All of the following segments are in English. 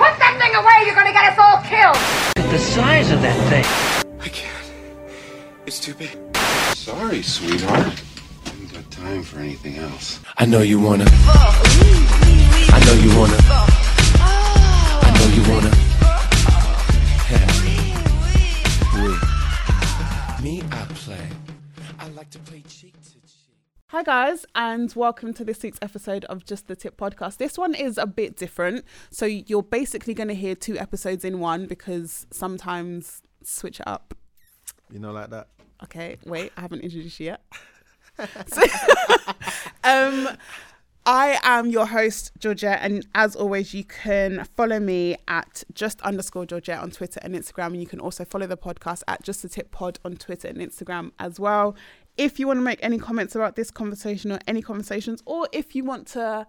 running away, you're gonna get us all killed! Look at the size of that thing. I can't. It's too big. Sorry, sweetheart. I haven't got time for anything else. I know you wanna. I know you wanna. I know you wanna. Yeah. Me, I play. I like to play cheek to cheek. Hi, guys, and welcome to this week's episode of Just the Tip podcast. This one is a bit different. So, you're basically going to hear two episodes in one because sometimes switch it up. You know, like that. Okay, wait, I haven't introduced you yet. So- um, I am your host, Georgette, and as always, you can follow me at just underscore Georgette on Twitter and Instagram, and you can also follow the podcast at just the tip pod on Twitter and Instagram as well. If you want to make any comments about this conversation or any conversations, or if you want to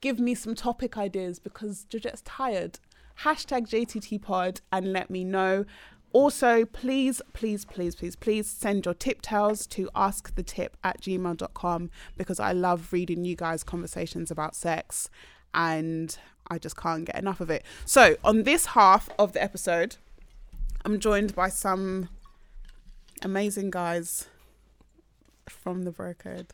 give me some topic ideas because Georgette's tired, hashtag JTT pod and let me know. Also, please, please, please, please, please send your tip tales to askthetip at gmail.com because I love reading you guys' conversations about sex and I just can't get enough of it. So, on this half of the episode, I'm joined by some amazing guys from the Bro Code.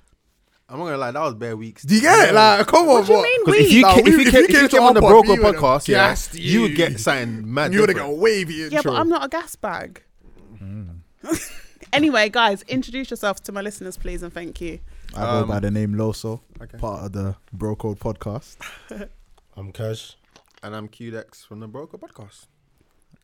I'm not gonna lie, that was bare weeks. Do you get it? Like, come on, What do you bro. mean 'Cause if you, Nah, ca- we- if you, ca- if you came on the our Broker pod, we would've podcast, yeah, gassed you would you. get something mad. You would have got a different. wavy intro. Yeah, but I'm not a gas bag. anyway, guys, introduce yourself to my listeners, please, and thank you. I go Um, by the name Loso, Okay. part of the Bro Code podcast. I'm Cash. And I'm QDex from the Broker podcast.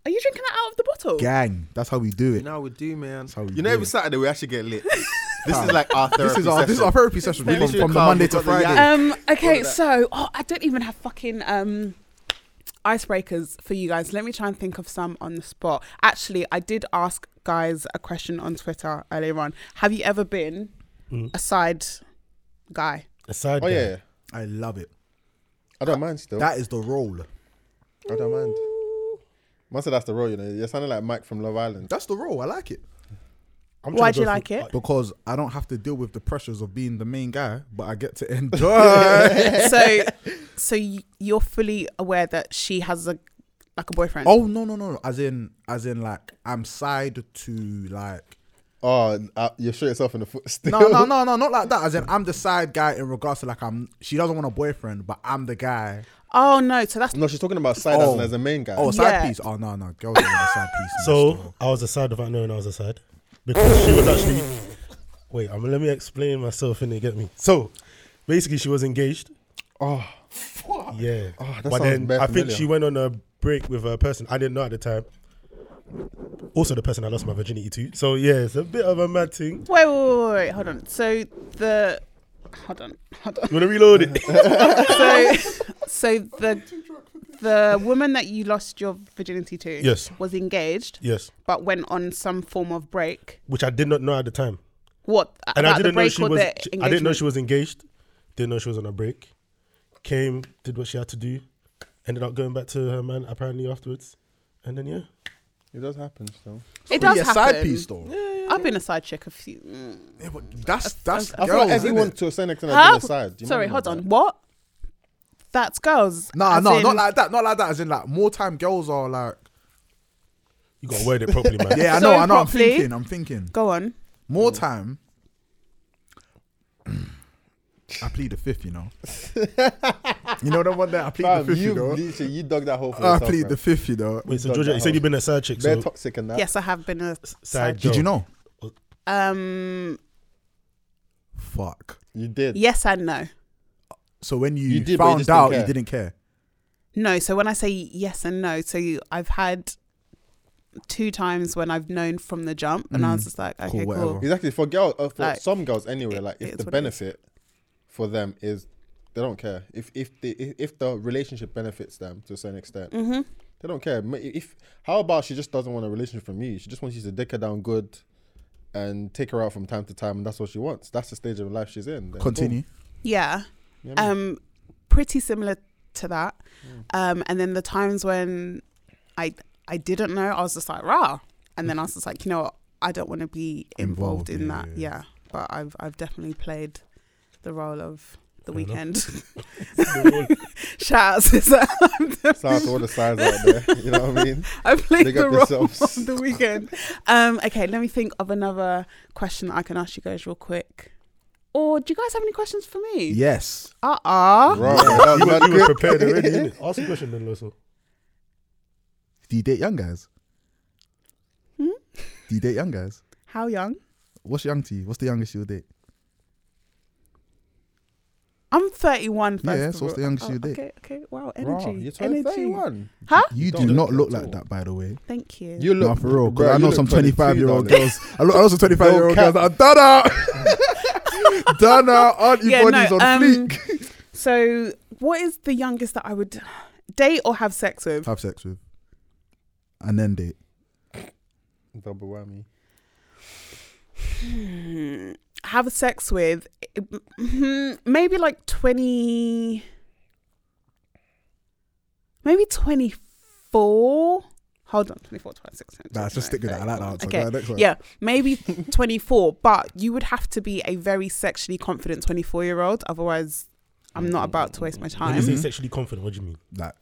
Are you drinking that out of the bottle? Gang, that's how we do You it. know how we do, man. how we You know, do every it. Saturday we actually get lit. this is like our therapy This is our this is our session. therapy session We from, literally from the come, Monday we've to got the Friday. yak. Um, okay, that. so oh, I don't even have fucking um, icebreakers for you guys. Let me try and think of some on the spot. Actually, I did ask guys a question on Twitter earlier on. Have you ever been a side guy? Aside Oh yeah, yeah. I love it. I don't mind still. That is the role. I don't mind. Must say that's the role, you know. You're sounding like Mike from Love Island. That's the role. I like it Why do you like it? because I don't have to deal with the pressures of being the main guy, but I get to enjoy. so, so y- you're fully aware that she has a like a boyfriend. oh no no no! As in as in like I'm side to like Oh, uh, you shoot yourself in the foot. Still. no no no no not like that. As in I'm the side guy in regards to like I'm she doesn't want a boyfriend, but I'm the guy. Oh no, so that's No, she's talking about side Oh. as, as a main guy. Oh, side Yeah. piece. Oh no, no, girls don't want a side piece. in this So store. I was aside without knowing I was aside because she was actually. Wait, I'm, let me explain myself and they get me. So basically, she was engaged. oh. Yeah, that but sounds then bare I think familiar. she went on a break with a person I didn't know at the time. Also, the person I lost my virginity to. So yeah, it's a bit of a mad thing. wait, wait, wait, wait, hold on. So the hold on, hold on. You wanna reload it? So, so the the woman that you lost your virginity to Yes. was engaged, yes, but went on some form of break. which I did not know at the time, What and about I didn't the break know she or was. the I didn't know engagement? she was engaged. Didn't know she was on a break. Came, did what she had to do. Ended up going back to her man apparently afterwards, and then yeah. It does happen still. It does Oh, yeah, happen. side piece though. I've been a side chick a few. mm. Yeah, but that's that's I girls. feel like innit? everyone to a certain extent Huh? has been a side. Do you Sorry, know hold about on. that? What? That's girls. Nah, as no, in- not like that. Not like that. As in like more time. Girls are like. You gotta word it properly, man. Yeah, I So know. I know. I'm properly- thinking. I'm thinking. Go on. More time. I plead the fifth. You know. you know the one that I plead Fam, the fifth. You, you know. literally you dug that hole for I yourself. plead bro. the fifth. You know. Wait, so Dug Georgia, that you said hole. you've been a side chick. Bare so toxic and that. Yes, I have been a side Did girl. you know? um. Fuck. You did. Yes and no. So when you, You did, but you found just didn't out, care. you didn't care. No, so when I say yes and no, so you, I've had two times when I've known from the jump, and I was just like, okay, cool. Mm. whatever. Exactly. For girls, uh, for Like, some girls anyway, like it's if the what it is. benefit for them is they don't care. If if the if, if the relationship benefits them to a certain extent, Mm-hmm. they don't care. Ma- If how about she just doesn't want a relationship from you? She just wants you to dick her down good. And take her out from time to time, and that's what she wants. That's the stage of life she's in. then Continue. Yeah. cool. You know what I mean? Mm. Um, pretty similar to that. Um, and then the times when I I didn't know, I was just like, rah. And then I was just like, you know what? I don't want to be involved, Involved, in yeah, that. yeah, Yeah. But I've I've definitely played the role of the weekend. The Shout out to Sam. Shout out to all the signs out there. You know what I mean? I played Big the up role yourselves. of the weekend. Um, okay, let me think of another question that I can ask you guys real quick. Or do you guys have any questions for me? Yes. Uh uh Bro, that You was were, not you were good. prepared already, innit? Ask a question then, Loso. Mm-hmm. Do you date young guys? Hmm? Do you date young guys? How young? What's young to you? What's the youngest you'll date? I'm 31. First Yeah, of so what's all. the youngest oh, you date? Okay, okay. Wow, Bro, energy. you're turning energy. 31. Huh? You Don't do look not that look at like all. that, by the way. Thank you. You No, look for real. 'cause bro, I you know look some 25 year old 22, girls. I know I know some 25 year old girls cap. that are done out. done out. Aren't your Yeah, bodies no, on um, fleek? So, what is the youngest that I would date or have sex with? Have sex with. And then date. Double whammy. Hmm. Have sex with mhm, maybe like 20, maybe 24. Hold on, 24, 26. Nah, just stick with that. I like that answer. Okay. Go on, next one. Yeah, maybe 24, but you would have to be a very sexually confident 24 year old. Otherwise, I'm not about to waste my When you time. say sexually confident, what do you mean? Like,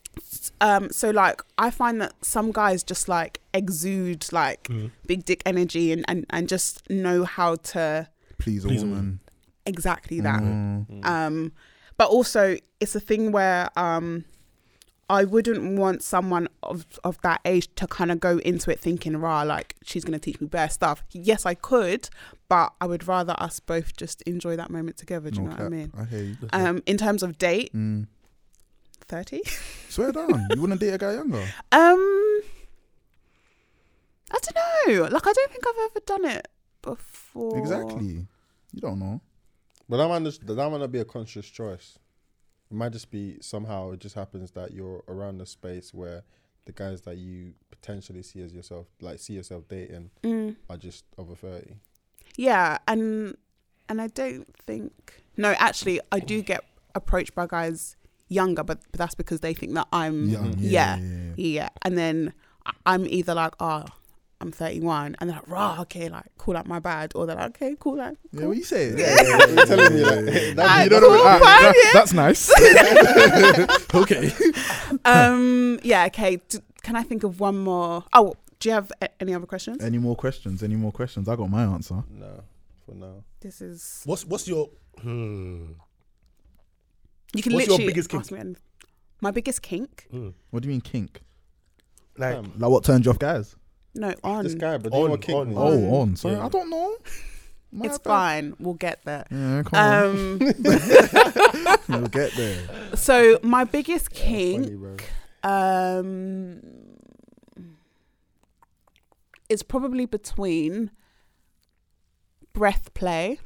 Um, so like I find that some guys just like exude like big dick energy and, and, and just know how to please a Please a woman. exactly that. Mm. Um, but also it's a thing where um, I wouldn't want someone of of that age to kind of go into it thinking, "Rah, like she's gonna teach me bare stuff." Yes, I could, but I would rather us both just enjoy that moment together. Do you No know cap. what I mean? I hear you. Um, in terms of date, Mm. thirty. Swear down. You wouldn't date a guy younger? Um, I don't know. Like, I don't think I've ever done it before. Exactly. You don't know. But that might, just, that might not be a conscious choice. It might just be somehow it just happens that you're around a space where the guys that you potentially see as yourself, like see yourself dating, Mm. are just over 30. Yeah, and and I don't think. No, actually, I do get approached by guys younger, but, but that's because they think that I'm Young. yeah. Mm-hmm. Yeah. yeah, yeah. yeah, and then I- I'm either like, oh, I'm 31, and they're like, rah, okay, like, cool, like my bad, or they're like, okay, cool, like, Yeah, what you say? I'm telling you that. Ah, that You you don't know, know cool, what- fine, that- yeah. That's nice. okay. um, yeah, okay. D- can I think of one more? Oh, do you have a- any other questions? Any more questions? Any more questions? I got my answer. no, for now. This is What's what's your hmm, you can What's your literally biggest ask me anything. My biggest kink? hmm, What do you mean kink? like Um, Like what turned you off, guys? No, on. This guy, but On, you want kick on, me. Oh, on. Sorry, Yeah. I don't know. My It's bad. fine. We'll get there. Yeah, come Um, on. We'll get there. so my biggest Funny, kink bro. um, is probably between breath play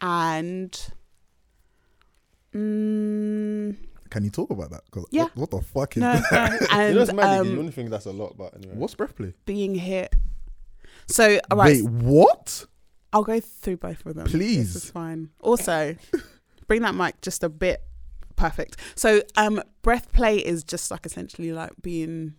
and mm, Can you talk about that? 'Cause Yeah. What, what the fuck is no, that? no, You know, it's and mad, you um, wouldn't think that's a lot, but anyway. What's breath play? being hit. So, all right, Wait, what? I'll go through both of them. Please. This is fine. Also, bring that mic just a bit perfect. So, um, breath play is just like essentially like being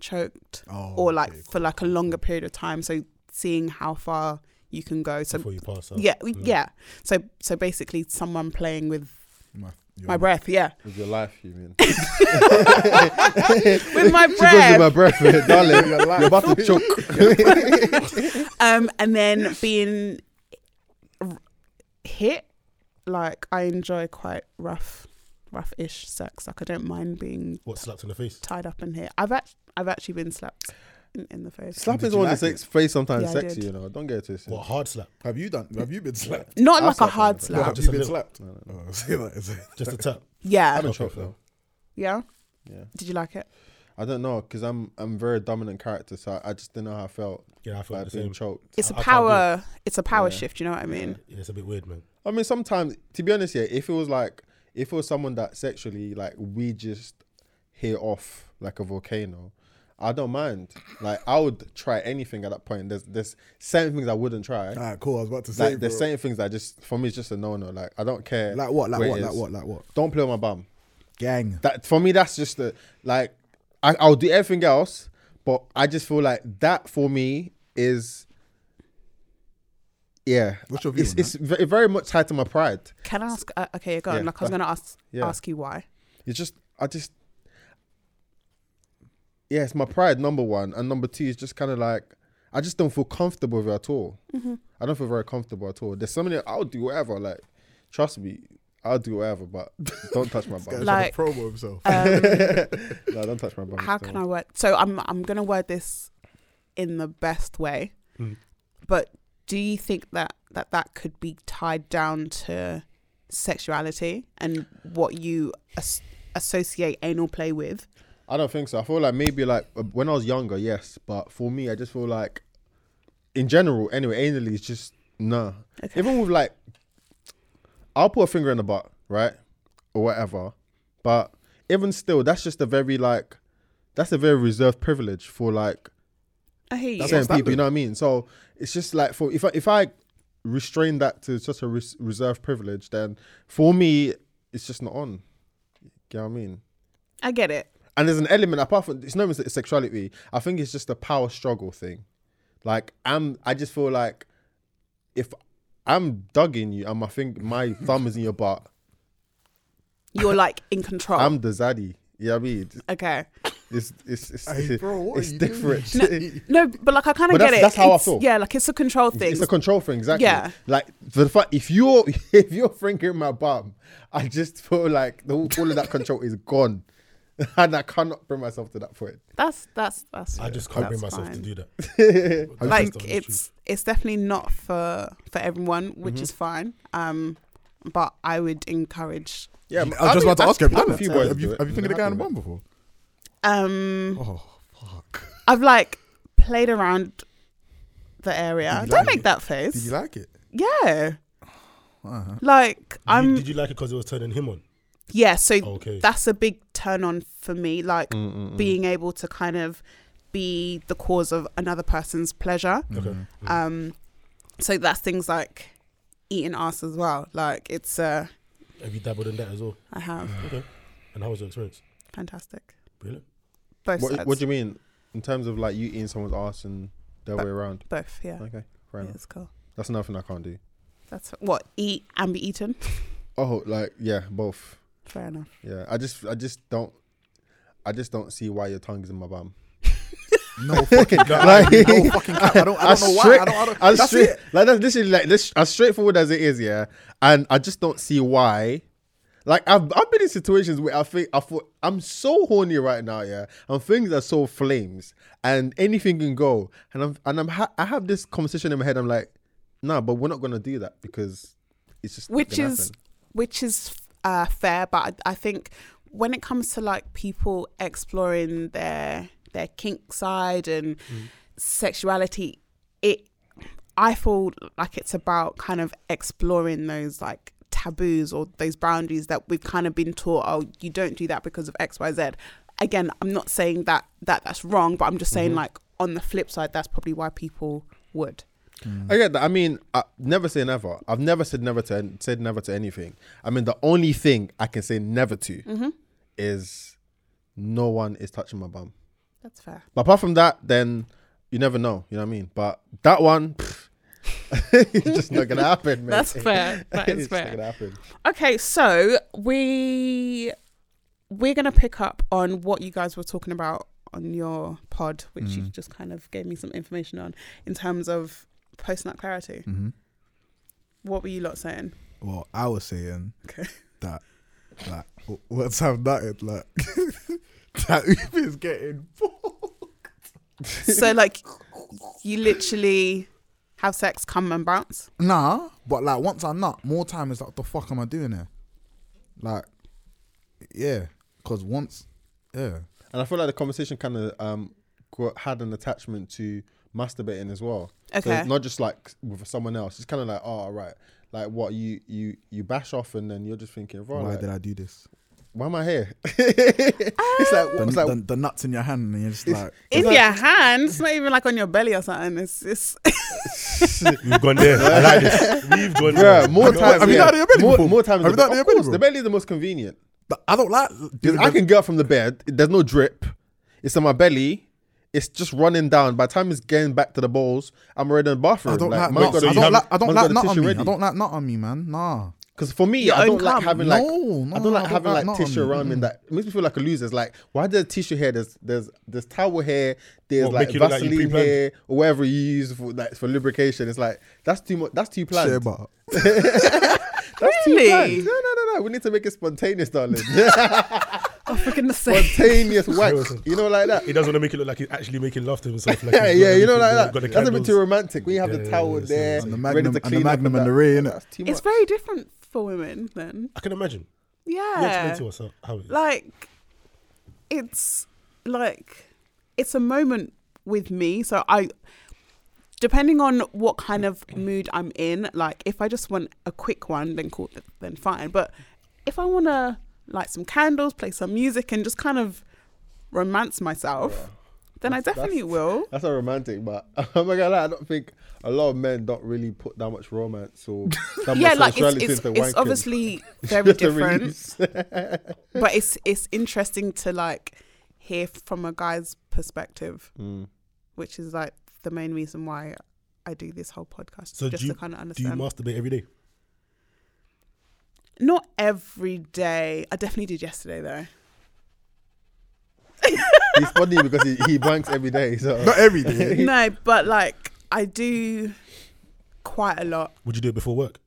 choked Oh, or like okay, for like a longer period of time. So, seeing how far you can go. So, before you Mm. pass out? yeah, yeah, So, so basically, someone playing with my, your- my breath. Yeah, With your life, you mean? with my She goes with breath. my breath, darling. You're about to choke. um, and then being r- hit. Like, I enjoy quite rough, rough-ish sex. Like, I don't mind being What slapped in the face? tied up in here. I've actually, I've actually been slapped in, in the face. Slapping Did you someone like in the face sometimes Yeah, I sexy, did. you know. Don't get it twisted. What hard slap? Have you done? Have you been slapped? Not I've like a slapped hard someone, slap. Have just you a been little. slapped? Oh, see that, is it? Just a tap. Yeah, I'm a Okay, choke fair. though. yeah. Yeah. Did you like it? I don't know because I'm I'm very dominant character, so I, I just didn't know how I felt Yeah, I felt by the being same. choked. It's a I- I can't do power. It's a power shift. You know what I mean? Yeah, it's a bit weird, man. I mean, sometimes to be honest, yeah, if it was like if it was someone that sexually like we just hear off like a volcano, I don't mind. Like I would try anything at that point. There's there's certain things I wouldn't try. All right, cool. I was about to say. like there's bro. certain things that just for me it's just a no no. Like I don't care. Like what? Like where it what? Like is. what? Like what? Don't play with my bum. Gang. That for me, that's just the like I, I'll do everything else, but I just feel like that for me is yeah, What's your view it's on it's ve- very much tied to my pride. Can I ask? Uh, okay, go on. Yeah, like, I was go- going to ask yeah. ask you why. It's just I just yeah, it's my pride number one, and number two is just kind of like I just don't feel comfortable with it at all. Mm-hmm. Um, I don't feel very comfortable at all. There's so many I'll do whatever, like trust me, I'll do whatever, but don't touch my bum. He's Like- uh, trying to promo himself. no, don't touch my bum. How can I word? So I'm I'm going to word this in the best way. Mm. But do you think that that that could be tied down to sexuality and what you as- associate anal play with? I don't think so. I feel like maybe like uh, when I was younger, yes, but for me, I just feel like in general, anyway, anally is just nah. Even with like, I'll put a finger in the butt, right, or whatever, but even still, that's just a very like, that's a very reserved privilege for like I hear you. certain people. You know what I mean? So it's just like for if I, if I restrain that to such a res- reserved privilege, then for me, it's just not on. You know what I mean? I get it. and there's an element apart from it's not even se- sexuality. I think it's just a power struggle thing. Like I'm, I just feel like if I'm dugging you and my thing, my thumb is in your butt, You're like in control. I'm the zaddy. You know what I mean? okay. It's it's it's, Hey, bro, what are it's you doing? different. No, but like I kind But of get that's- it. that's how I It's- feel. Yeah, like it's a control thing. It's a control thing, exactly. Yeah. Like for the fact if you're if you're fingering my bum, I just feel like the, whole- all of that control is gone, and I cannot bring myself to that point. that's that's that's. I just can't bring that's myself to fine. do that. Like honest it's it's definitely not for for everyone, which Mm-hmm. is fine. Um, but I would encourage. Yeah, I was just about to ask you, have you done a few that? boys Have do you, it. have you I'm fingered a guy in the happy bum with before? Um, Oh, fuck. I've like played around the area. you Don't like make it? that Did face. you like it? yeah. Uh-huh. Like Did you, I'm. did you like it because it was turning him on? Oh, yeah. So Okay. Mm-hmm. that's a big turn on for me. Like being able to kind of be the cause of another person's pleasure. Mm-hmm. Okay. Mm. Um, so that's things like eating ass as well. Like it's uh, Have you dabbled in that as well? I have Okay. And how was your experience? fantastic Brilliant. both What, sides. what do you mean in terms of like you eating someone's ass and their way around? both, yeah. Okay, fair yeah, enough. it's cool. That's another thing I can't do. That's what eat and be eaten. Oh, like yeah, both. Fair enough. Yeah, I just I just don't. I just don't see why your tongue is in my bum. No fucking cap. Like- no fucking cap. I don't, I As don't know why. straight- I don't, I don't, as that's straight- it. Like that's literally like this as straightforward as it is, yeah. And I just don't see why. Like I've I've been in situations where I think I thought I'm so horny right now, yeah, and things are so flames, and anything can go, and I'm and I'm ha- I have this conversation in my head. I'm like, nah, but we're not gonna do that because it's just not Which gonna is happen." which is uh, fair, but I, I think when it comes to like people exploring their their kink side and sexuality, it I feel like it's about kind of exploring those like taboos or those boundaries that we've kind of been taught. Oh, you don't do that because of X, Y, Z. Again, I'm not saying that that that's wrong, but I'm just saying like on the flip side, that's probably why people would. I get that. I mean, I never say never. I've never said never to said never to anything. I mean, the only thing I can say never to Mm-hmm. is no one is touching my bum. That's fair. But apart from that, then you never know. You know what I mean? But that one, pff, it's just not gonna happen, man. That's fair. That is it's just fair. not gonna happen. Okay, so we we're gonna pick up on what you guys were talking about on your pod, which you just kind of gave me some information on in terms of post nut clarity. What were you lot saying? Mm-hmm. Well, I was saying Okay. that, like, w- once I've nutted, like, that Uber's getting fucked. so like you literally have sex, come and bounce. Nah, but like, once I nut, more time is like, the fuck am I doing here? Like, yeah, because once, yeah. And I feel like the conversation kind of um got, had an attachment to masturbating as well. So Okay. it's not just like with someone else. It's kind of like, oh, all right. Like what you you you bash off, and then you're just thinking, right? Why like, did I do this? why am I here? Ah. it's like, The, it's like the, the nuts in your hand, and you're just like, In your hand, it's not even like on your belly or something. It's it's We've gone there. I like this. We've bruh, gone there. more you- times. have you yeah. done it in your belly more, before? more times. Have the you done be- it in your Of belly course, before? the belly is the most convenient. I don't like. Because doing I the- can get up from the bed. There's no drip. It's on my belly. It's just running down. By the time it's getting back to the balls, I'm already in the bathroom. I don't like, man's nuts. got I the- don't like. I don't man's got like the nut on tissue me. ready. I don't like nut on me, man. Nah. Because for me, I don't own like cum. having like No, I don't no, like I don't having like, like not tissue on me. around me. That it makes me feel like a loser. It's like why there's tissue here? There's there's there's towel here. There's What, like make you look like you Vaseline pre-planned? here or whatever you use for like for lubrication. It's like that's too much. That's too planned. Share bar. that's Really? too planned. No no no no. We need to make it spontaneous, darling. for goodness sake. spontaneous wax. You know like that. He doesn't want to make it look like he's actually making love to himself. Like Yeah, he's got yeah, you know everything, like got the that. That's a bit candles. too romantic. We have Yeah, the yeah, towel yeah, there, it's And the ready Magnum- to and the clean up Magnum and that. the Ray, innit? That's too It's much. very different for women then. I can imagine. You Yeah. explain to us how- how it is. Like it's like it's a moment with me. So I depending on what kind of mood I'm in, like if I just want a quick one then cool then fine. But if I wanna light some candles, play some music and just kind of romance myself, then I definitely will. That's not romantic, but I'm not gonna lie, I don't think a lot of men don't really put that much romance or that yeah, much like it's, sexuality it's, into it's wanking. obviously Just very a different, release. but it's it's interesting to like hear from a guy's perspective, Mm. which is like the main reason why I do this whole podcast, So just do you, to kind of do you understand. masturbate every day? Not every day. I definitely did yesterday though. He's funny because he, he wanks every day. So Not every day. no, but like I do quite a lot. Would you do it before work?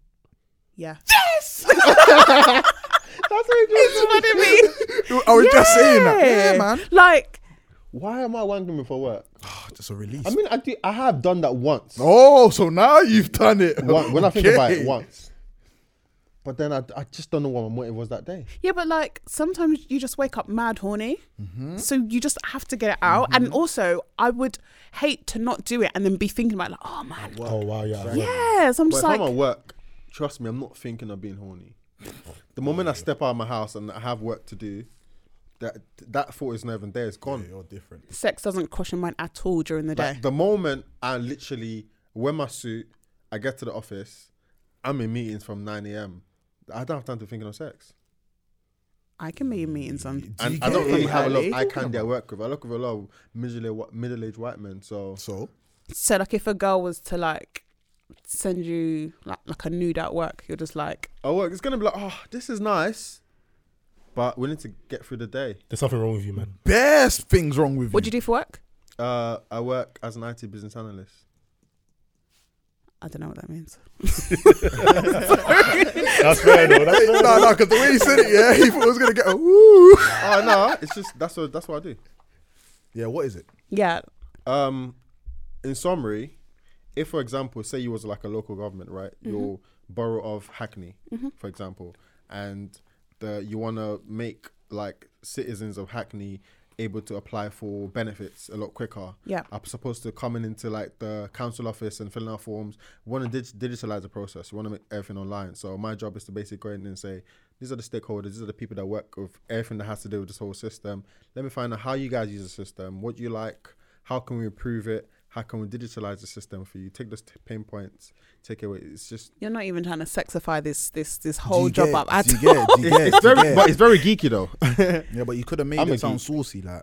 Yeah, that's what he just what I I was Oh, just saying that. Yeah, man. Like Why am I wanking before work? Oh, just a release. I mean, I do. I have done that once. oh, so now you've done it. One- when I think about Okay. it, once. But then I, I just don't know what my motive was that day. Yeah, but like sometimes you just wake up mad horny. So you just have to get it out. And also, I would hate to not do it and then be thinking about, like, oh man. Oh wow, yeah. I know. Yeah. So I'm But just if like, I'm at work, trust me, I'm not thinking of being horny. The moment I step out of my house and I have work to do, that that thought is not even there. It's gone. You're different. sex doesn't cross your mind at all during the day. Like the moment I literally wear my suit, I get to the office, I'm in meetings from 9 a.m. I don't have time to think of sex. I can be in meetings on. And you I don't get really it? have a lot Really? of eye candy I work with. I work with a lot of middle middle aged white men. So So So, like, if a girl was to like send you like, like a nude at work, you're just like, I work, it's going to be like, oh, this is nice, but we need to get through the day. There's something wrong with you, man. best things wrong with what do you. you do for work? Uh, I work as an IT business analyst. I don't know what that means. That's fair though. That's fair. no, no, because the way he said it, yeah, he thought it was gonna get a woo. oh, no, it's just that's what, that's what I do. Yeah, what is it? Yeah. Um, in summary, if for example, say you was like a local government, right? Your borough of Hackney, for example, and the, you want to make like citizens of Hackney able to apply for benefits a lot quicker. Yeah. I'm supposed to coming into like the council office and filling out forms. We want to dig- digitalize the process. We want to make everything online. So my job is to basically go in and say, these are the stakeholders. These are the people that work with everything that has to do with this whole system. Let me find out how you guys use the system. What do you like? How can we improve it? How can we digitalize the system for you? Take those t- pain points. Take it away. It's just You're not even trying to sexify this this this whole Do you job get up it? at Do you all. get it? Do you get it? it's Do you very, get but it? it's very geeky though. Yeah, but you could have made I'm a it sound geek. saucy, like.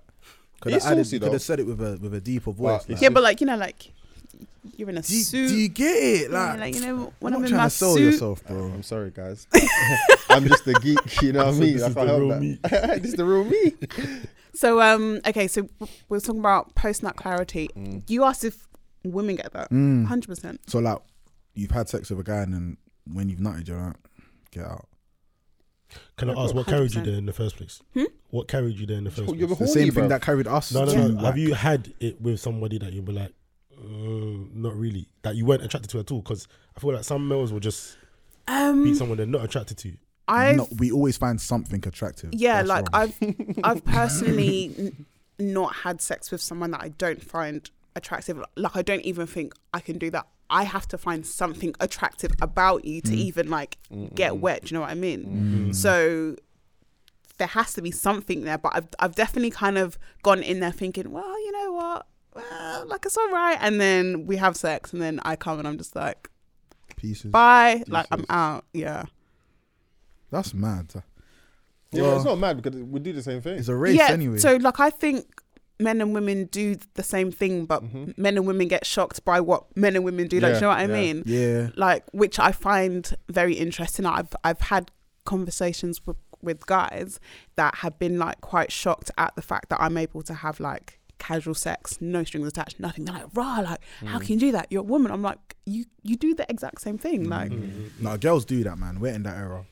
Could It's have added, saucy, you could though. have said it with a with a deeper voice. it's like. Yeah, but like, you know, like, you're in a do, you, suit. do you get it? Yeah, Like, like, you know, I'm when I'm not in trying my to sell suit, yourself, bro. I'm sorry, guys. I'm just a geek. You know what I So mean? this That's is why I the held real that. me. this is the real me. So um okay, so we we're talking about post nut clarity. Mm. You asked if women get that. Hundred percent. So like, you've had sex with a guy, and then when you've nutted, you're like, get out. Can I ask what carried you there in the first place? Hmm? What carried you there in the first You're place? The horny, same bro. thing that carried us. No, to no, no. whack. Have you had it with somebody that you were like, mm, not really, that you weren't attracted to at all? Because I feel like some males will just Um beat someone they're not attracted to. I No, we always find something attractive. yeah, That's like wrong. I've I've personally n- not had sex with someone that I don't find attractive. Like I don't even think I can do that. I have to find something attractive about you Mm. to even like get wet. Do you know what I mean? So there has to be something there. But I've I've definitely kind of gone in there thinking, well, you know what, well, like it's all right. And then we have sex, and then I come and I'm just like, pieces. bye, like I'm out. Yeah. That's mad. Yeah, but it's not mad because we do the same thing. It's a race yeah, anyway. So like I think men and women do the same thing, but men and women get shocked by what men and women do. Like, do Yeah, you know what I yeah. mean? Mm-hmm. Yeah. Like, which I find very interesting. I've I've had conversations with with guys that have been like quite shocked at the fact that I'm able to have like casual sex, no strings attached, nothing. They're like, rah, like, how Mm. can you do that? You're a woman. I'm like, you you do the exact same thing. Like, Mm-hmm. No, girls do that, man. We're in that era.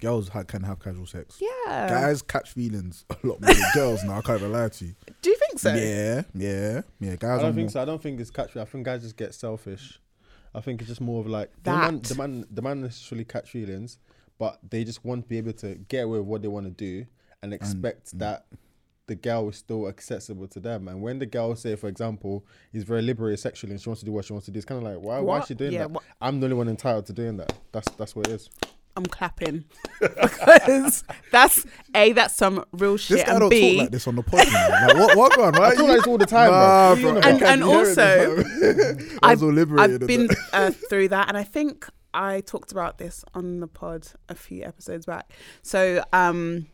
Girls ha- can have casual sex. yeah. Guys catch feelings a lot more than girls now. I can't even lie to you. Do you think so? Yeah, yeah, yeah. Guys, I are don't think more- so. I don't think it's catchy. I think guys just get selfish. I think it's just more of like the man, That. the man, the man necessarily catch feelings, but they just want to be able to get away with what they want to do and expect that the girl is still accessible to them. And when the girl say, for example, is very liberated sexually and she wants to do what she wants to do, it's kind of like, why, why is What? she doing Yeah, that? what- I'm the only one entitled to doing that. That's that's what it is. I'm clapping because that's a that's some real This shit guy and don't b talk like this on the pod. you know. like, what, what going on? I talk like this all the time, Nah, bro. bro. You know and, that. and also I I've, was all liberated. I've been uh, through that and I think I talked about this on the pod a few episodes back so um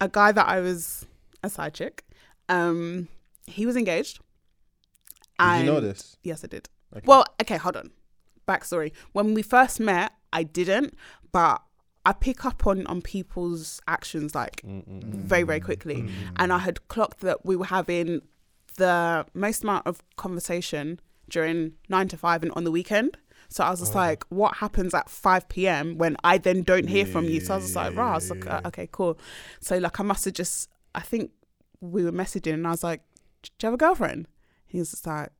a guy that I was a side chick um he was engaged Did you know and- this? yes I did Okay. well okay hold on backstory when we first met I didn't but I pick up on on people's actions like Mm, very very quickly and i had clocked that we were having the most amount of conversation during nine to five and on the weekend so i was just like what happens at 5 p.m when i then don't hear from you so i was just like rah I was like, uh, okay cool so like i must have just i think we were messaging and i was like do you have a girlfriend he was just like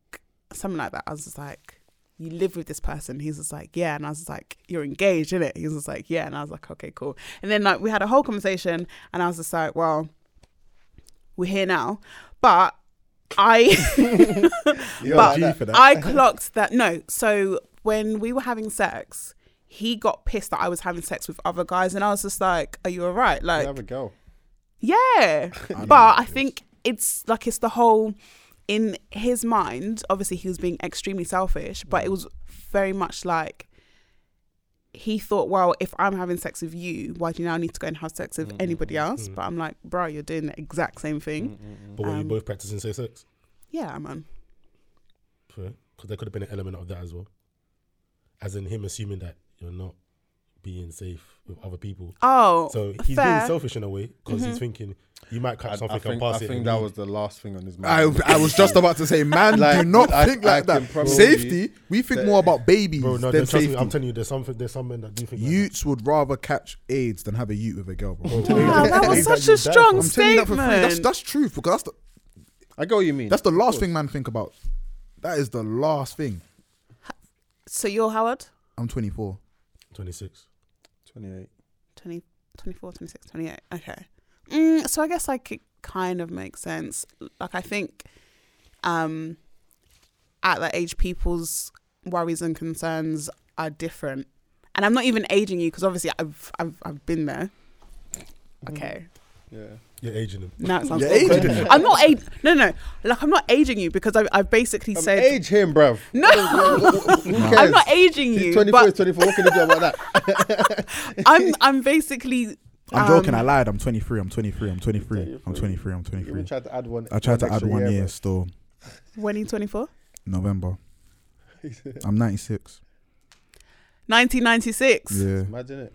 something like that i was just like you live with this person. He's just like, yeah. And I was just like, you're engaged, innit? He was just like, yeah. And I was like, okay, cool. And then like we had a whole conversation and I was just like, well, we're here now. But I but You know like that? for that. I clocked that no, so when we were having sex, he got pissed that I was having sex with other guys and I was just like, Are you alright? You Like have a girl. yeah. but I think it's like it's the whole in his mind, obviously he was being extremely selfish, but it Mm. was very much like he thought, well, if I'm having sex with you, why do you now need to go and have sex with Mm-hmm. anybody else? But I'm like, bro, you're doing the exact same thing. But Um, were you both practicing safe sex? Yeah, man. Because there could have been an element of that as well. As in him assuming that you're not being safe with other people. Oh, So he's fair. Mm-hmm. being selfish in a way because he's thinking you might catch I, something I and think, pass I it. think and that you- was the last thing on his I, mind. I was just about to say, man, Like, do not I- think like I can that. probably- Safety, we think more about babies bro. No, no, than trust safety. me. I'm telling you, there's something. There's some men that do think like that. Utes would rather catch AIDS than have a ute with a girl, bro. Wow, that was such a strong I'm telling you that for statement. free. That's, that's truth because that's the, I get what you mean. that's the last thing man think about. That is the last thing. so you're Howard? I'm 24. 26. 28. 20, 24, 26, 28. Okay. Mm, so I guess like it kind of makes sense. Like I think um at that age people's worries and concerns are different. And I'm not even aging you because obviously I've I've I've been there. Okay. Yeah. You're aging him. Now it sounds You're aging awkward. I'm not age no no. Like I'm not aging you because I I've basically Um, said age him, bruv. No I'm not aging you. He's 24, but he's 24. What can you do about that? I'm I'm basically I'm um, joking. I lied. I'm 23. I'm 23. I'm 23. I'm 23. I'm You even 23. tried to add one. I tried to add extra one year bruv. still. when are you 24? November. I'm 96. 1996. Yeah. Imagine it.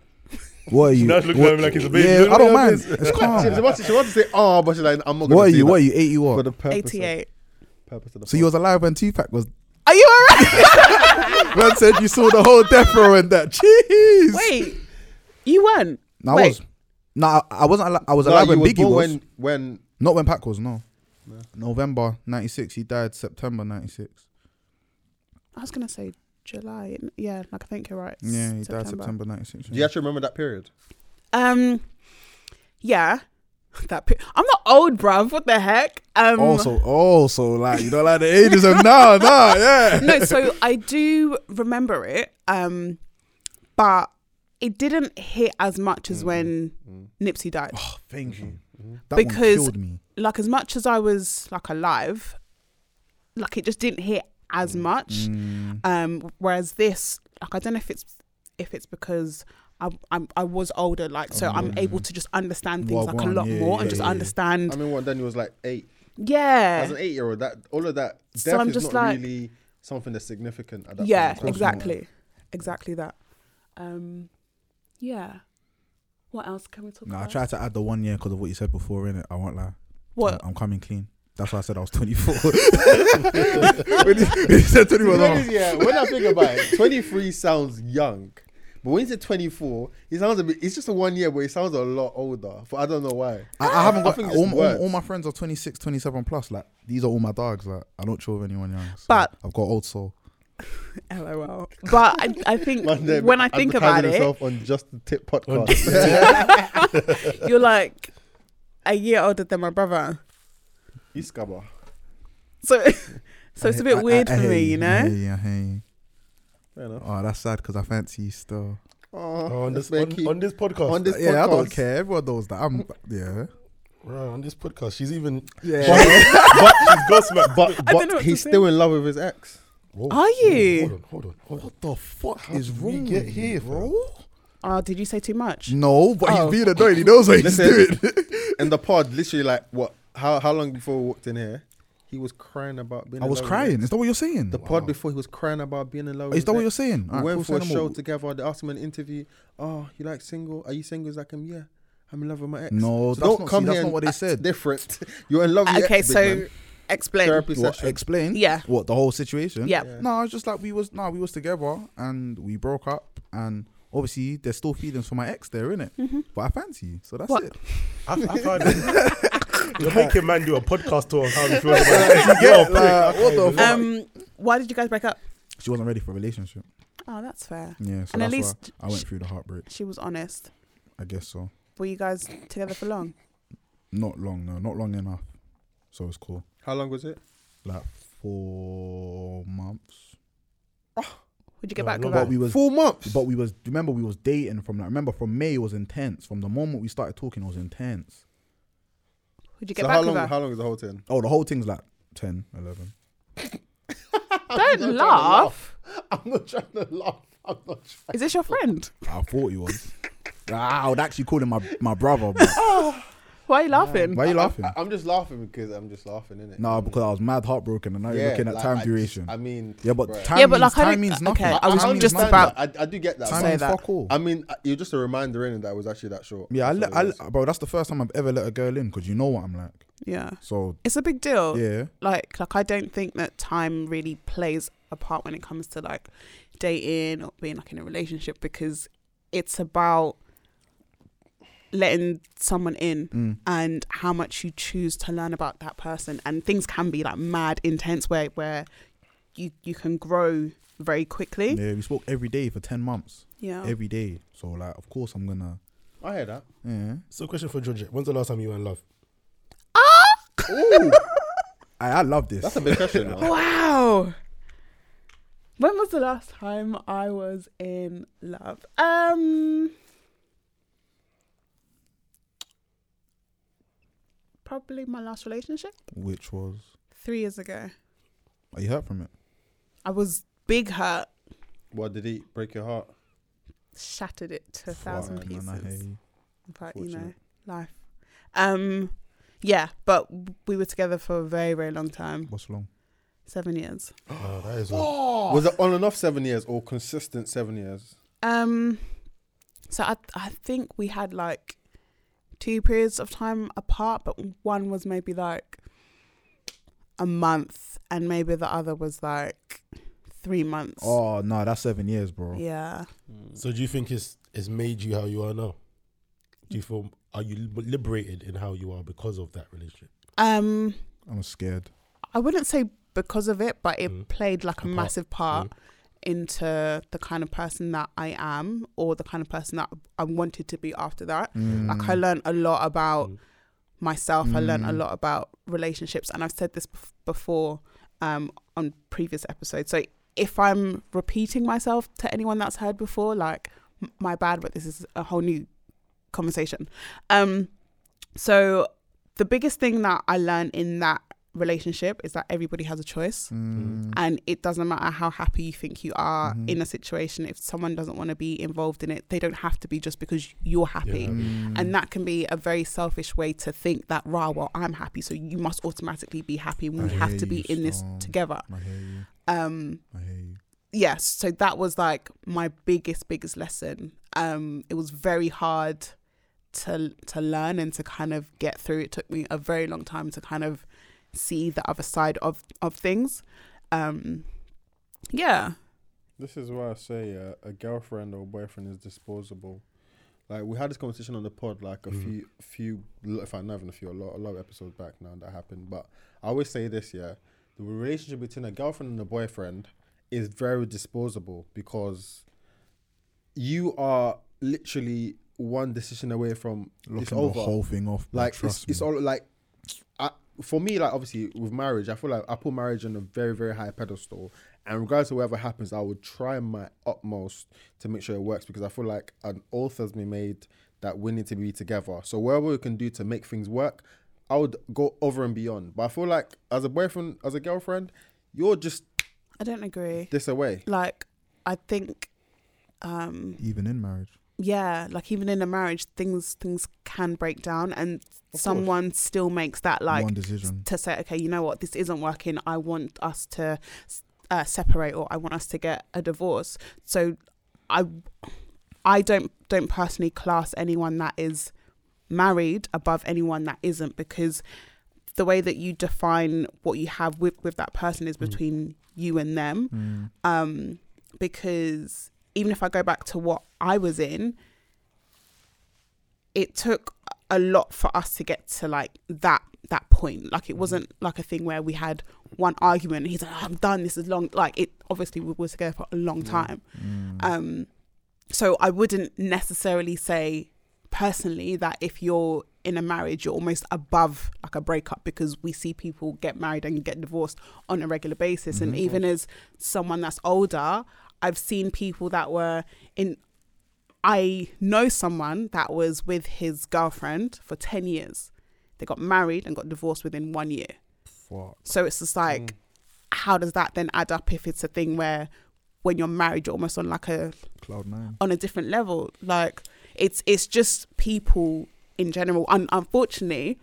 What are you? Now she's looking what- at me like it's a baby. Yeah, Look I at don't her mind. face. It's She was calm. about to, she was about to say, oh, but she's like, I'm not going to Ah. What are do you? that. What are you? 80 For what? the purpose 88. Of, purpose of the So you was alive when Tupac was. Are you alright? Man said you saw the whole death row and that. Jeez. Wait, you weren't. No, I Wait. was. No, I, I wasn't. Alive. I was No, alive you when was Biggie born was. When, when, Not when Pac was. No. November 96. He died September 96. I was gonna say July. Yeah, like I think you're right. It's Yeah, he died September 96. do you actually remember that period? Um, yeah. That pe- I'm not old, bruv. What the heck? Um, Also, also, like you know, like the ageism. No, no, yeah. no. So I do remember it. Um, but it didn't hit as much Mm-hmm. as when Nipsey died. Oh, Thank you. Mm-hmm. That Because- one killed me. like as much as I was like alive, like it just didn't hit as Mm. much. Um, whereas this, like I don't know if it's if it's because I I'm, I was older, like so I'm able to just understand things Well like a gone, lot yeah, more yeah, and just yeah. understand. I mean, what, then you was like eight. Um, As Yeah. an eight year old, that all of that death So I'm is just not like- really something that's significant at that Yeah, point. in time. exactly. Exactly that. Um yeah. What else can we talk No, I about? tried to add the one year because of what you said before, innit? I won't lie. What? I'm coming clean. That's why I said I was 24. when, you, when you said 21, When I'm is- yeah, when I think about it, 23 sounds young. But when you say 24, it sounds a bit, it's just a one year, but it sounds a lot older. For I don't know why. I, I haven't I got think it's all, all, worse. all my friends are 26, 27 plus. Like these are all my dogs. Like I don't chill with anyone young. so But- I've got old soul. LOL. But I, I think Man, they're when I think about advertising it, themselves on just the tip podcast. you're like a year older than my brother. you scabber. So so it's a bit weird for me, you know? Yeah, hey. Fair enough. Oh, that's sad because I fancy you still. Oh, on this let's on, make it- on this podcast. on this yeah, I don't podcast. care. Everyone knows that. I'm. Yeah. Right, on this podcast, she's even Yeah. but she's gossiping. But I don't know But what to he's say. still in love with his ex. Whoa, Are you? Hold on, hold on, hold on. What the fuck How did we get with here, you, Oh, did you say too much? No, but Oh. he's being annoyed. He knows what he's Listen, doing. in the pod, literally, like, what? How how long before we walked in here? He was crying about being I in was love with crying. his- Is that what you're saying? The pod before he was crying about being in love with Is that his ex. what you're saying? We Alright, went cool, for a say no show more. together. They asked him an interview. Oh, you like single? Are you single? He's like, um, yeah, I'm in love with my ex. No, that's not- see, that's not and what they act said. Different. You're in love. With your Okay, ex, big so man. explain. therapy What, session. explain. Yeah. What the whole situation? Yeah. Yeah. No, it's just like we was. No, we was together and we broke up, and obviously there's still feelings for my ex there, innit? Mm-hmm. But I fancy you, so that's What? it. I, I found it. You're making man do a podcast tour on how he feels about it. You're a prick. what the fuck? Um why did you guys break up? She wasn't ready for a relationship. Oh, that's fair. Yeah, so And at that's least why I went through the heartbreak. she was honest. I guess so. Were you guys together for long? Not long, no, not long enough. So it's cool. How long was it? Like four months. Would you get No, back not about? But we was Four months. But we was remember we was dating from like remember from May it was intense. From the moment we started talking it was intense. Would you get so back how with long? her? How long is the whole thing? Oh, the whole thing's like 10, 11. Don't laugh. I'm not trying to laugh. I'm not trying. Is this your friend? I thought it was. Ah, I would actually call him my, my brother. But Why are you laughing? why are you laughing? I, am just laughing because I'm just laughing, innit? No, because I was mad heartbroken and now you're looking at like, time I just- duration. I mean, yeah, but bruh. time, Yeah, but means, like, I time don't- means nothing. okay, I Time was means just nothing. about- I, I do get that. Time but means that. fuck all. I mean, uh, you're just a reminder in that it was actually that short. yeah, I, That's let, all it I, bro, that's the first time I've ever let a girl in because you know what I'm like. Yeah. So, It's a big deal. yeah. Like like I don't think that time really plays a part when it comes to like dating or being like in a relationship because it's about letting someone in Mm. and how much you choose to learn about that person and things can be like mad intense where where you you can grow very quickly. Yeah, we spoke every day for 10 months. Yeah. Every day. So, like, of course I'm going to. I hear that. Yeah. So, question for Georgia: When's the last time you were in love? Ah! Ooh, I, I love this. that's a big question. though. Wow. When was the last time I was in love? Um Probably my last relationship. Which was. 3 years ago. Are Oh, you hurt from it? I was big hurt, What did he break your heart? shattered it to a thousand Fuck, pieces. man, I hate you. but you know, Unfortunate. life. Um yeah, but we were together for a very very long time. What's wrong? 7 years. Oh, that is. a- Was it on and off seven years or consistent seven years? Um, so I I think we had like two periods of time apart, but one was maybe like a month, and maybe the other was like three months. Oh no, that's seven years, bro. Yeah, So, do you think it's it's made you how you are now? Do you feel are you li- liberated in how you are because of that relationship? um, I'm scared. I wouldn't say because of it, but it Mm. played like a, part. massive Hmm? part into the kind of person that I am, or the kind of person that I wanted to be after that. Mm. Like I learned a lot about Mm. myself. I learned a Mm. lot about relationships, and I've said this bef- before um, on previous episodes. So if I'm repeating myself to anyone that's heard before, like m- my bad, but this is a whole new conversation. Um, so the biggest thing that I learned in that relationship is that everybody has a choice Mm. and it doesn't matter how happy you think you are in a situation if someone doesn't want to be involved in it they don't have to be just because you're happy Yeah. Mm. and that can be a very selfish way to think that rah well i'm happy so you must automatically be happy and we I have hear to be you, in this Storm. together I hear you. um I hear you. yes so that was like my biggest biggest lesson um it was very hard to to learn and to kind of get through it took me a very long time to kind of see the other side of of things um yeah This is why I say uh, a girlfriend or boyfriend is disposable. Like we had this conversation on the pod, like a few, few, lo- if I'm not even a few, a lot, a lot of episodes back now that happened. But I always say this, yeah, the relationship between a girlfriend and a boyfriend is very disposable because you are literally one decision away from it's Locking over. the whole thing off. bro, like it's, trust it's me. all like I, for me like obviously with marriage i feel like i put marriage on a very very high pedestal and regardless of whatever happens i would try my utmost to make sure it works because i feel like an oath has been made that we need to be together so whatever we can do to make things work i would go over and beyond but i feel like as a boyfriend as a girlfriend you're just i don't agree this away like i think um even in marriage. yeah like even in a marriage things things can break down and someone still makes that like one decision. to say, okay, you know what, this isn't working. I want us to uh, separate, or I want us to get a divorce. So, I, I don't don't personally class anyone that is married above anyone that isn't because the way that you define what you have with with that person is between you and them. Mm. Um, because even if I go back to what I was in, it took a lot for us to get to like that that point like it wasn't like a thing where we had one argument and he's like "Oh, i'm done this is long like it obviously we were together for a long time Mm. um so i wouldn't necessarily say personally that if you're in a marriage you're almost above like a breakup because we see people get married and get divorced on a regular basis and even as someone that's older i've seen people that were in I know someone that was with his girlfriend for 10 years. They got married and got divorced within one year. Fuck. So it's just like, how does that then add up if it's a thing where when you're married, you're almost on like a Cloud nine. on a different level. Like it's it's just people in general. Un- unfortunately,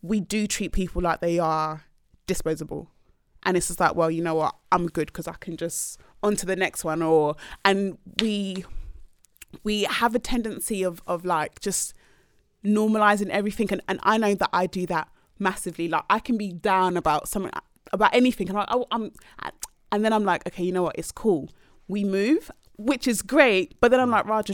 we do treat people like they are disposable, and it's just like, well, you know what? I'm good because I can just on to the next one, or and we we have a tendency of of like just normalizing everything, and, and I know that I do that massively. Like I can be down about something about anything, and I'm like, oh, I'm, and then I'm like, okay, you know what? It's cool. We move, which is great. But then I'm like, Raja,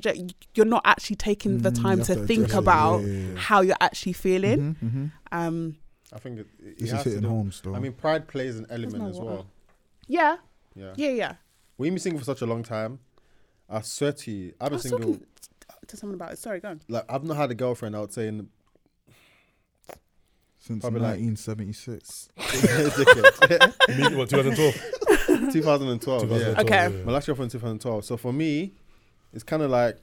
you're not actually taking the time Mm, you to, have to think address it. about Yeah, yeah, yeah. how you're actually feeling. Mm-hmm. Um, i think it, it Mm-hmm, This has is to hitting do- home, still. i mean pride plays an element no as water. well yeah, yeah, yeah, yeah. we've been single for such a long time i swear to you i've I been was single talking to someone about it. Sorry, go on. like I've not had a girlfriend. I would say in Since Probably like- 1976. Immediately, what, 2012? 2012. Yeah, 2012, Okay. my last girlfriend 2012. So for me, it's kind of like,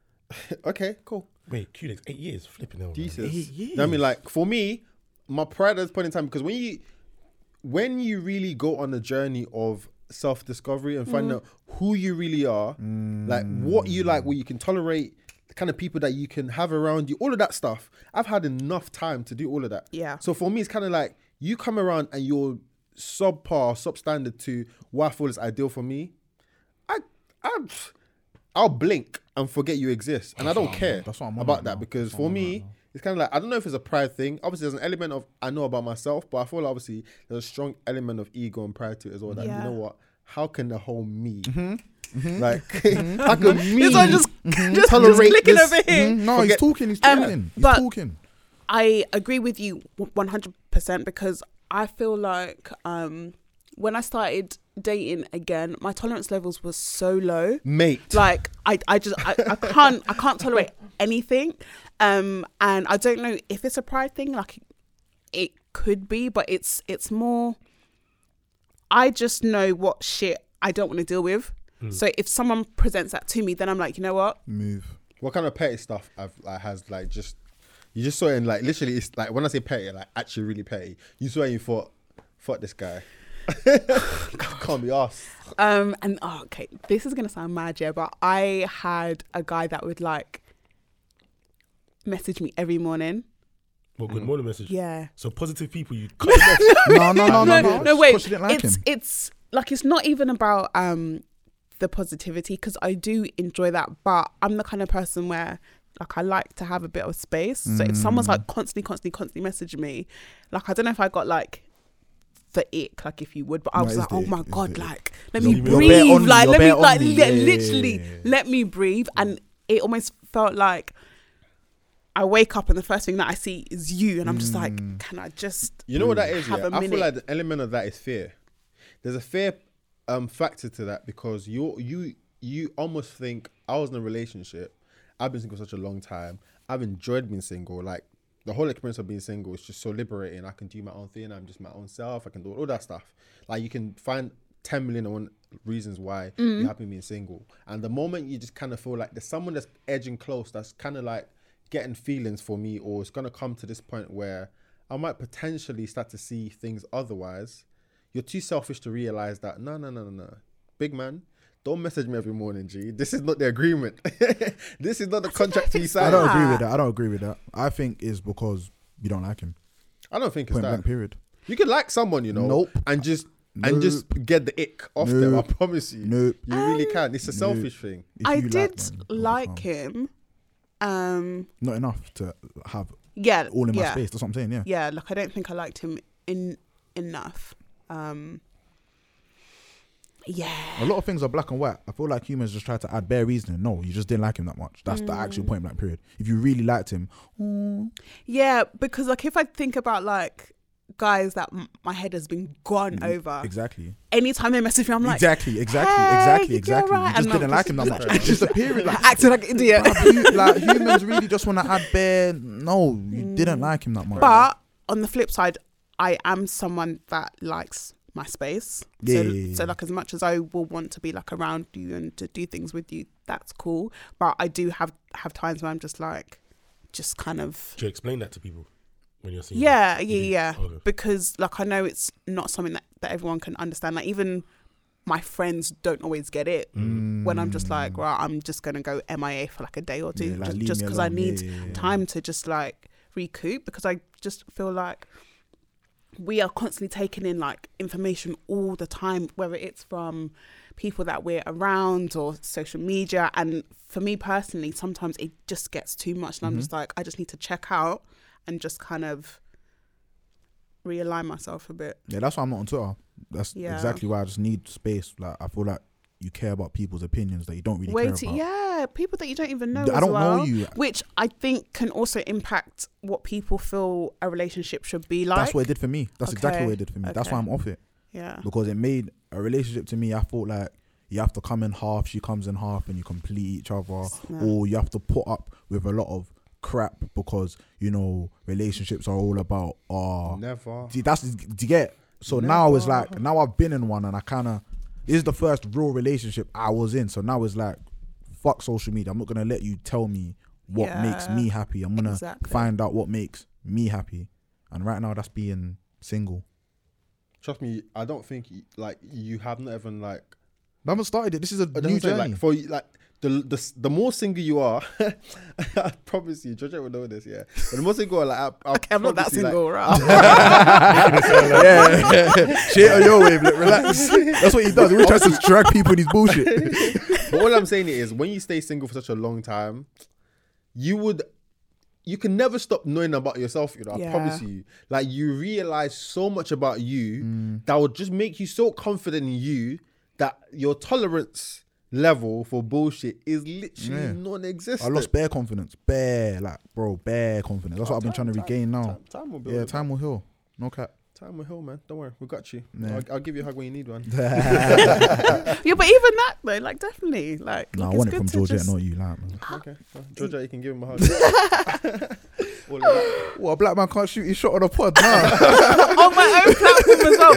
okay, cool, Wait, Q-Dex, eight years, flipping hell. man. Jesus. Eight You know what I mean, like for me, my pride at this point in time because when you when you really go on a journey of self discovery and find out who you really are, like what you like, what you can tolerate, the kind of people that you can have around you, all of that stuff. I've had enough time to do all of that. Yeah. So for me, it's kind of like you come around and you're subpar, substandard to what I feel is ideal for me. I, I, I'll blink and forget you exist, and I don't care That's what I'm on about right that now. because That's for what I'm on me, right now. it's kind of like I don't know if it's a pride thing. Obviously, there's an element of I know about myself, but I feel obviously there's a strong element of ego and pride to it as well. That Yeah. you know what? How can the whole me? Mm-hmm. Like, how can me? This one just, just, just Tolerate clicking this- over here. Mm, no, he's Forget- talking. He's Um, talking. he's but- talking. I agree with you 100% because I feel like um, when I started dating again, my tolerance levels were so low. mate? Like I, I just I, I can't I can't tolerate anything. Um and I don't know if it's a pride thing, like it could be, but it's it's more I just know what shit I don't want to deal with. So if someone presents that to me, then I'm like, you know what? Move. what kind of petty stuff I've like has like just You just saw it and like literally, it's like when I say petty, like actually really petty. You saw it and you thought, "Fuck this guy." Can't be asked. Um, and oh, okay, this is gonna sound mad, yeah, but I had a guy that would like message me every morning. Well, good morning message. Hmm. Yeah. So positive people, you cut them off. No, no, no, no, no. no, wait. She didn't like it's him. it's like it's not even about um the positivity because I do enjoy that, but I'm the kind of person where like I like to have a bit of space. So if someone's like Mm. constantly, constantly, constantly messaging me, like I don't know if I got like the ick, like if you would, but I No, was it's like, the oh ick, my it's god, the ick. like let You're- me you're bare breathe, on- like you're let me bare on like me, le- yeah, yeah, literally yeah, yeah. let me breathe, and it almost felt like. I wake up and the first thing that I see is you, and I'm just like, Mm. can I just? You know what that is? Have Yeah? a I feel minute. like the element of that is fear. There's a fear um, factor to that because you you you almost think I was in a relationship. I've been single such a long time. I've enjoyed being single. Like the whole experience of being single is just so liberating. I can do my own thing. I'm just my own self. I can do all that stuff. Like you can find ten million and one reasons why you're happy being single. And the moment you just kind of feel like there's someone that's edging close, that's kind of like getting feelings for me, or it's gonna come to this point where I might potentially start to see things otherwise. You're too selfish to realize that. No, no, no, no, no. Big man, don't message me every morning, G. This is not the agreement. this is not the contract we I signed. don't agree with that. I don't agree with that. I think it's because you don't like him. I don't think it's Point blank. that. Period. You can like someone, you know, Nope. and just and just get the ick off them. I Nope. promise you. Nope. You really can. It's a selfish thing. If I you did them, I'll be like fine. him. Um, Not enough to have yeah, all in my yeah, space. That's what I'm saying. Yeah. Yeah, like I don't think I liked him in enough. Um, yeah, A lot of things are black and white. I feel like humans just try to add bare reasoning. No, you just didn't like him that much. That's the Mm. actual point blank period. If you really liked him, oh, yeah, because like if I think about like guys that m- my head has been Mm-hmm. gone over, exactly, anytime they message me, I'm like, exactly, exactly, "Hey, exactly, you exactly. alright?" You just And I'm didn't like him that much. It's just a period. Like, acting like an idiot. you- like humans really just want to add bare. No, you didn't like him that much. Mm. But on the flip side, I am someone that likes my space. Yeah, so, yeah, yeah, so yeah. like as much as I will want to be like around you and to do things with you, that's cool. But I do have have times where I'm just like, just kind of Do you explain that to people when you're seeing? yeah, them? yeah, You do? yeah. Okay. Because like I know it's not something that that everyone can understand. Like even my friends don't always get it Hmm. Mm. when I'm just like, right, I'm just gonna go MIA for like a day or two, Yeah, like, just leave just me because I alone. need Yeah, yeah, yeah. time to just like recoup because I just feel like we are constantly taking in like information all the time, whether it's from people that we're around or social media. And for me personally, sometimes it just gets too much, Mm-hmm. and I'm just like, I just need to check out and just kind of realign myself a bit. Yeah, that's why I'm not on Twitter. That's Yeah. exactly why I just need space. Like I feel like you care about people's opinions that you don't really Way care too, about. yeah, people that you don't even know. I as don't know well, you. which I think can also impact what people feel a relationship should be like. That's what it did for me. That's exactly Okay, what it did for me. That's why okay. I'm off it Yeah, because it made a relationship to me. I felt like you have to come in half, she comes in half, and you complete each other, or you have to put up with a lot of crap because you know relationships are all about uh Never. do- that's do you get so now it's like now I've been in one and I kind of this is the first real relationship I was in so now it's like fuck social media I'm not gonna let you tell me what makes Yeah, me happy I'm gonna exactly. find out what makes me happy and right now that's being single Trust me, I don't think y- like you have not even like I haven't started it this is a But new that's what I'm journey saying, Like for you- like the the s- the more single you are, I promise you, Georgia will know this. Yeah, but the more single, like I, I okay, I'm not that promise you, single, Like, right? shit on your wave like, relax that's what he does he always tries to drag people in his bullshit but all I'm saying is, when you stay single for such a long time, you would. You can never stop knowing about yourself, you know. I Yeah. promise you. Like you realize so much about you Mm. that would just make you so confident in you that your tolerance level for bullshit is literally Yeah. I non-existent. lost bare confidence bare like bro bare confidence that's what I've been trying to regain now Time, time will build yeah it. time will heal no cap Time will heal, man. Don't worry, we got you. Yeah. I'll, I'll give you a hug when you need one. yeah, but even that though, like definitely, like, No, like I it's want it good from to Georgette, just- not you, like man. okay, well, Georgia, you can give him a hug. All of that. Well, a black man can't shoot his shot on a pod now. on my own platform as well.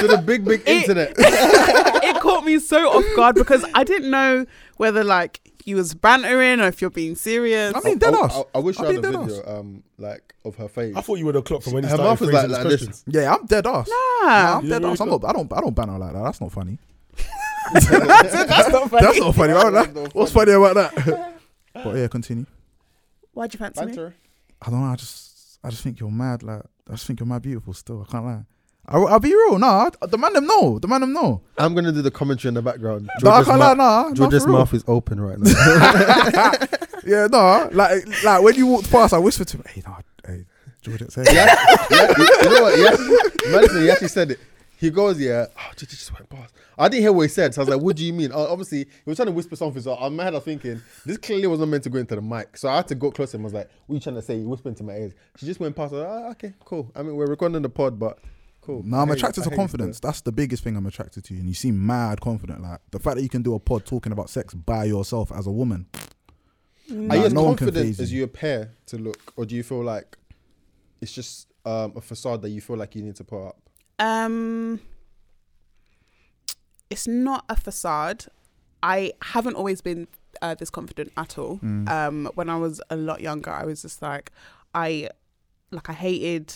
to the big, big internet. It caught me so off guard because I didn't know whether like you was bantering or if you're being serious. I mean, I, dead ass. I, I wish I I'll had a be dead video, um, like of her face. I thought you were the clock from when he Her started mouth was like- phrasing like his this. questions. Yeah, I'm dead ass. Nah, I'm You dead really ass. I'm not, I don't. I don't ban her like that. That's not funny. That's not That's not funny. I don't That's know. not What's funny about that? but yeah, continue. Why'd you fancy me? Banter. I don't know. I just, I just think you're mad. Like, I just think you're mad beautiful. Still, I can't lie. I, will be real. Nah, I, the man them know. The man them know. I'm gonna do the commentary in the background. No, I can't lie. Nah, nah, George's for real. mouth is open right now. Yeah, nah. Like, like when you walked past, I whispered to him, "Hey, nah, hey, George, it's He actually- he actually- you know what? He actually, Madison, he actually said it. He goes, yeah. Oh, Gigi just went past. I didn't hear what he said, so I was like, "What do you mean?" Oh, obviously, he was trying to whisper something. So in my head, I was thinking this clearly wasn't meant to go into the mic. So I had to go close to him. I was like, "What are you trying to say?" You whispering to my ears. She just went past. I was like, "Ah, okay, cool. I mean, we're recording the pod, but cool. No, I I'm hear you. attracted I to hear you. confidence. That's the biggest thing I'm attracted to. And you seem mad confident. Like the fact that you can do a pod talking about sex by yourself as a woman. Are you Nah, as no one can confident phase as you. you appear to look, or do you feel like it's just um, a facade that you feel like you need to put up? Um, it's not a facade. I haven't always been uh, this confident at all. Um, when I was a lot younger, I was just like, I, like I hated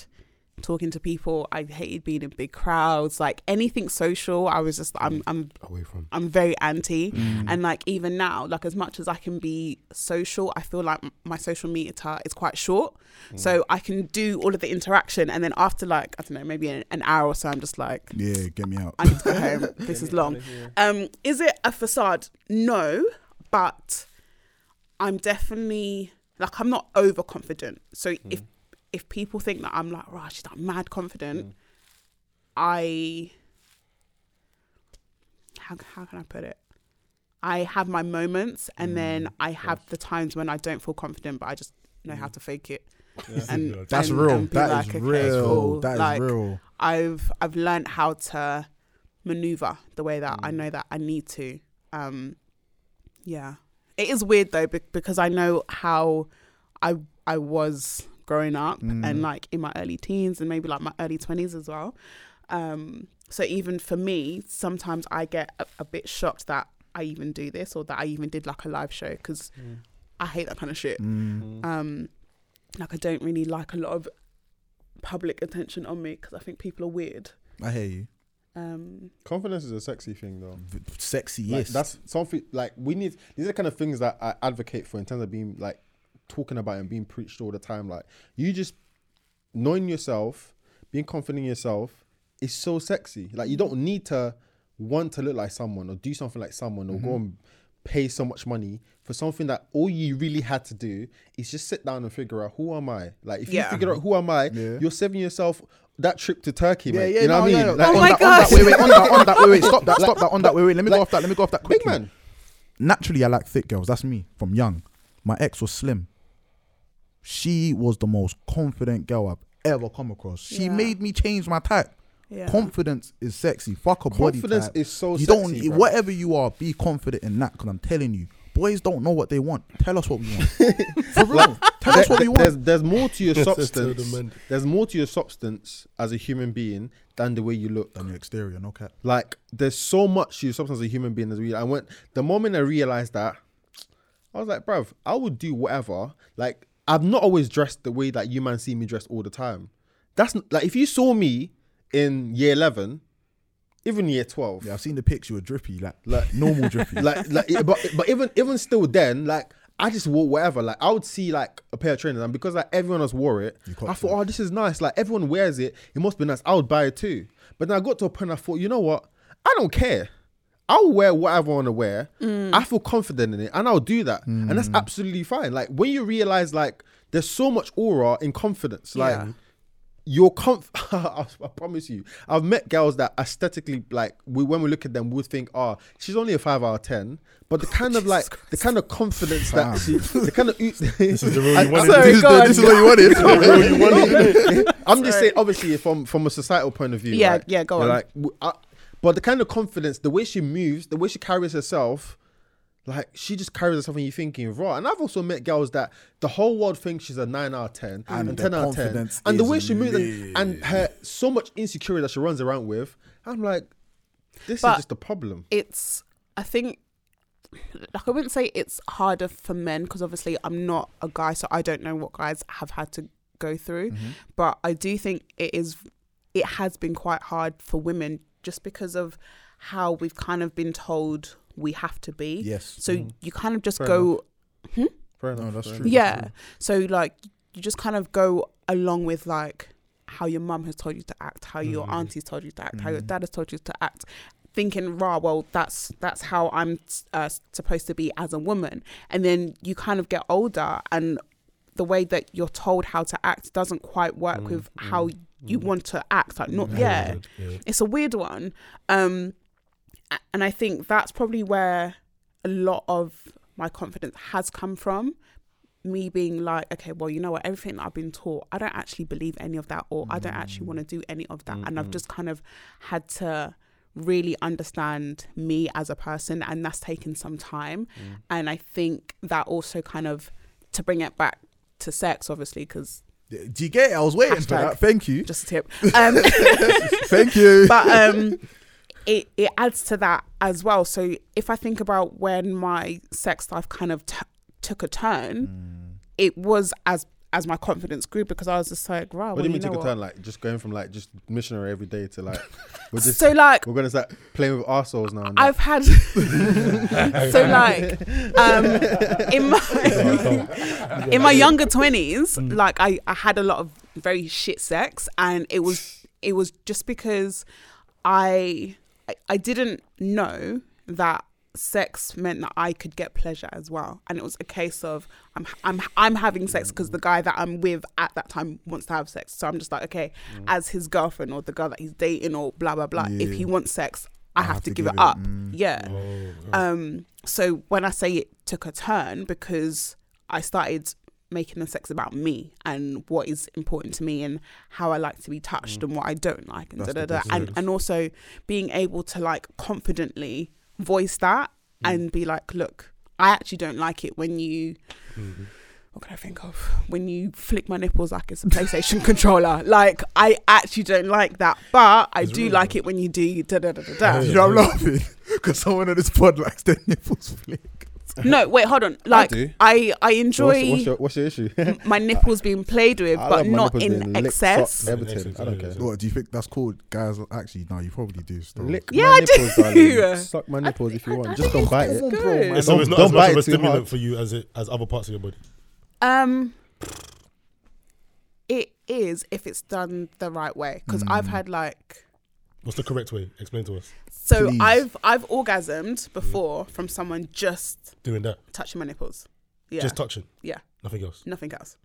talking to people. I hated being in big crowds. Like anything social, I was just, I'm, I'm Away from. I'm very anti. And like even now, like as much as I can be social, I feel like m- my social meter is quite short. So I can do all of the interaction, and then after like I don't know, maybe an, an hour or so, I'm just like. Yeah, get me out. I need to go home. This is long. Um, is it a facade? No, but I'm definitely like I'm not overconfident. So if if people think that I'm like, right, she's like mad confident, I how how can I put it? I have my moments, and then I have the times when I don't feel confident, but I just know how to fake it. And That's and- real. and be That is like, okay, real. cool. That is Like, real. I've I've learned how to maneuver the way that I know that I need to. Um, yeah, it is weird though be- because I know how I I was growing up and like in my early teens and maybe like my early twenties as well. Um, so even for me, sometimes I get a, a bit shocked that I even do this or that I even did like a live show because I hate that kind of shit. Mm, Um, like I don't really like a lot of public attention on me because I think people are weird. I hear you. Um, Confidence is a sexy thing, though. V- Sexy, Like, yes. that's something like we need. These are the kind of things that I advocate for in terms of being like talking about and being preached all the time. Like you just knowing yourself, being confident in yourself is so sexy. Like you don't need to want to look like someone or do something like someone or Mm-hmm. go and pay so much money for something that all you really had to do is just sit down and figure out who am I. Like if Yeah. you figure out who am I, Yeah. you're saving yourself that trip to Turkey, yeah, mate. yeah, you know no, what I mean? yeah, Like, on Oh my that, on that, gosh. wait, wait, on that, on that, wait, wait, stop that, Like- stop that, on that, wait, wait, let me go like- off that, let me go off that big quickly. man. naturally I like thick girls. That's me from young. My ex was slim. She was the most confident girl I've ever come across. She Yeah. made me change my type. Yeah. Confidence is sexy. Fuck a body Confidence type. is so you sexy, don't bro. whatever you are. Be confident in that because I'm telling you, boys don't know what they want. Tell us what we want. For real, tell There- us what we There's, want. there's more to your Yes, I substance. told him, man. There's more to your substance as a human being than the way you look. On your exterior, no cap. Like there's so much to your substance as a human being. As we, I went the moment I realized that, I was like, bruv, I would do whatever. Like I've not always dressed the way that you man see me dressed all the time. That's n- like if you saw me in year eleven, even year twelve, Yeah, I've seen the pics. You were drippy, like like normal drippy. like like yeah, but but even even still then like I just wore whatever. Like I would see like a pair of trainers, and because like everyone else wore it, copped I thought, oh, this is nice. Like everyone wears it, it must be nice. I would buy it too. But then I got to a point. I thought, you know what? I don't care. I'll wear whatever I want to wear. I feel confident in it, and I'll do that, and that's absolutely fine. Like when you realize like there's so much aura in confidence, like Yeah. you're comf. I, I promise you, I've met girls that aesthetically, like, we when we look at them, we would think, "Ah, she's only a five out of 10. But the kind of like, the kind of confidence that she, the kind of. this is the rule you wanted. Sorry, this, is go the, on. this is what you wanted. I'm just saying, obviously, from from a societal point of view. Yeah, like, yeah, go on. you're Like, w- I- but the kind of confidence, the way she moves, the way she carries herself, like she just carries herself, and you're thinking, raw. And I've also met girls that the whole world thinks she's a nine out of ten and, the ten out of ten, confidence and the is way she moves, and, and her so much insecurity that she runs around with. I'm like, this But- is just a problem. It's I think like I wouldn't say it's harder for men because obviously I'm not a guy, so I don't know what guys have had to go through. Mm-hmm. But I do think it is it has been quite hard for women just because of how we've kind of been told we have to be. Yes. So you kind of just Fair go Fair enough. No, that's fair true. enough. yeah. So like you just kind of go along with like how your mum has told you to act, how your auntie's told you to act, how your dad has told you to act, thinking, rah, well, that's that's how I'm uh, supposed to be as a woman. And then you kind of get older, and the way that you're told how to act doesn't quite work Mm, with Mm. how you want to act. Like not yeah, it's a weird one. Um, a- and I think that's probably where a lot of my confidence has come from me being like, okay, well, you know what, everything that I've been taught, I don't actually believe any of that, or I don't actually want to do any of that. And I've just kind of had to really understand me as a person, and that's taken some time. And I think that also kind of to bring it back to sex, obviously, because Do you get it? I was waiting for Hashtag. that. Thank you. just a tip. Um, Thank you. but um it it adds to that as well so if i think about when my sex life kind of t- took a turn Mm. it was as as my confidence grew because i was just like right What do you mean take Oh, know a what? turn? Like just going from like just missionary every day to like we're just so like we're gonna start playing with ourselves now. And i've had so like um in my in my younger 20s like I, I had a lot of very shit sex and it was it was just because I, I i didn't know that sex meant that i could get pleasure as well and it was a case of i'm i'm i'm having sex because the guy that i'm with at that time wants to have sex so i'm just like okay as his girlfriend or the girl that he's dating or blah blah blah if Yeah. he wants sex i, have, to, give, it up mm. yeah um so when i say it took a turn because i started making the sex about me and what is important to me and how i like to be touched and what i don't like and, da, da, da. and and also being able to like confidently voice that and be like look i actually don't like it when you Mm-hmm. what can I think of? When you flick my nipples like it's a PlayStation controller. Like, I actually don't like that, but I do like it when you do da da da da da. you know I'm laughing because someone on this pod likes their nipples flick. No, wait, hold on. Like do. I, I enjoy what's, what's your what's your issue? I my nipples being played with, but love my not nipples being in licked, excess. sucked, everything. I don't care. What do you think that's called, guys? Actually, no, you probably do. Still. Lick Yeah, my I nipples, do. darling. Suck my nipples if you want. Just don't bite it. Good. So Don't- it's not don't as bite much of it too a stimulant hard. for you as it as other parts of your body. Um, it is if it's done the right way. Because I've Mm. had like What's the correct way? Explain to us. so Please. I've I've orgasmed before from someone just Doing that, touching my nipples. Yeah, just touching, yeah, nothing else. nothing else.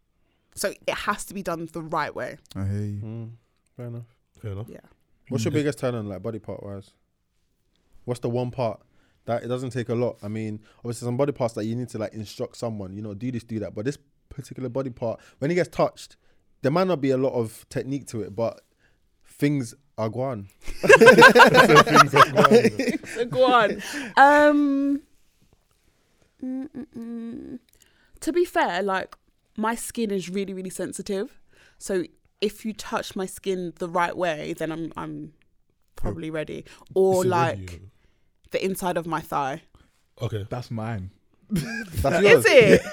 So it has to be done the right way. I hear you. Fair enough. Fair Oh. enough. Yeah. What's your biggest turn on, like body part wise? What's the one part that it doesn't take a lot? I mean, obviously some body parts that you need to like instruct someone, you know, do this, do that. But this particular body part, when it gets touched, there might not be a lot of technique to it, but things are gone. So go on. Um, mm, mm, mm. to be fair, like my skin is really, really sensitive. So if you touch my skin the right way, then I'm I'm probably ready. Or Still with like you. the inside of my thigh. okay, That's mine. That's yours. Is it?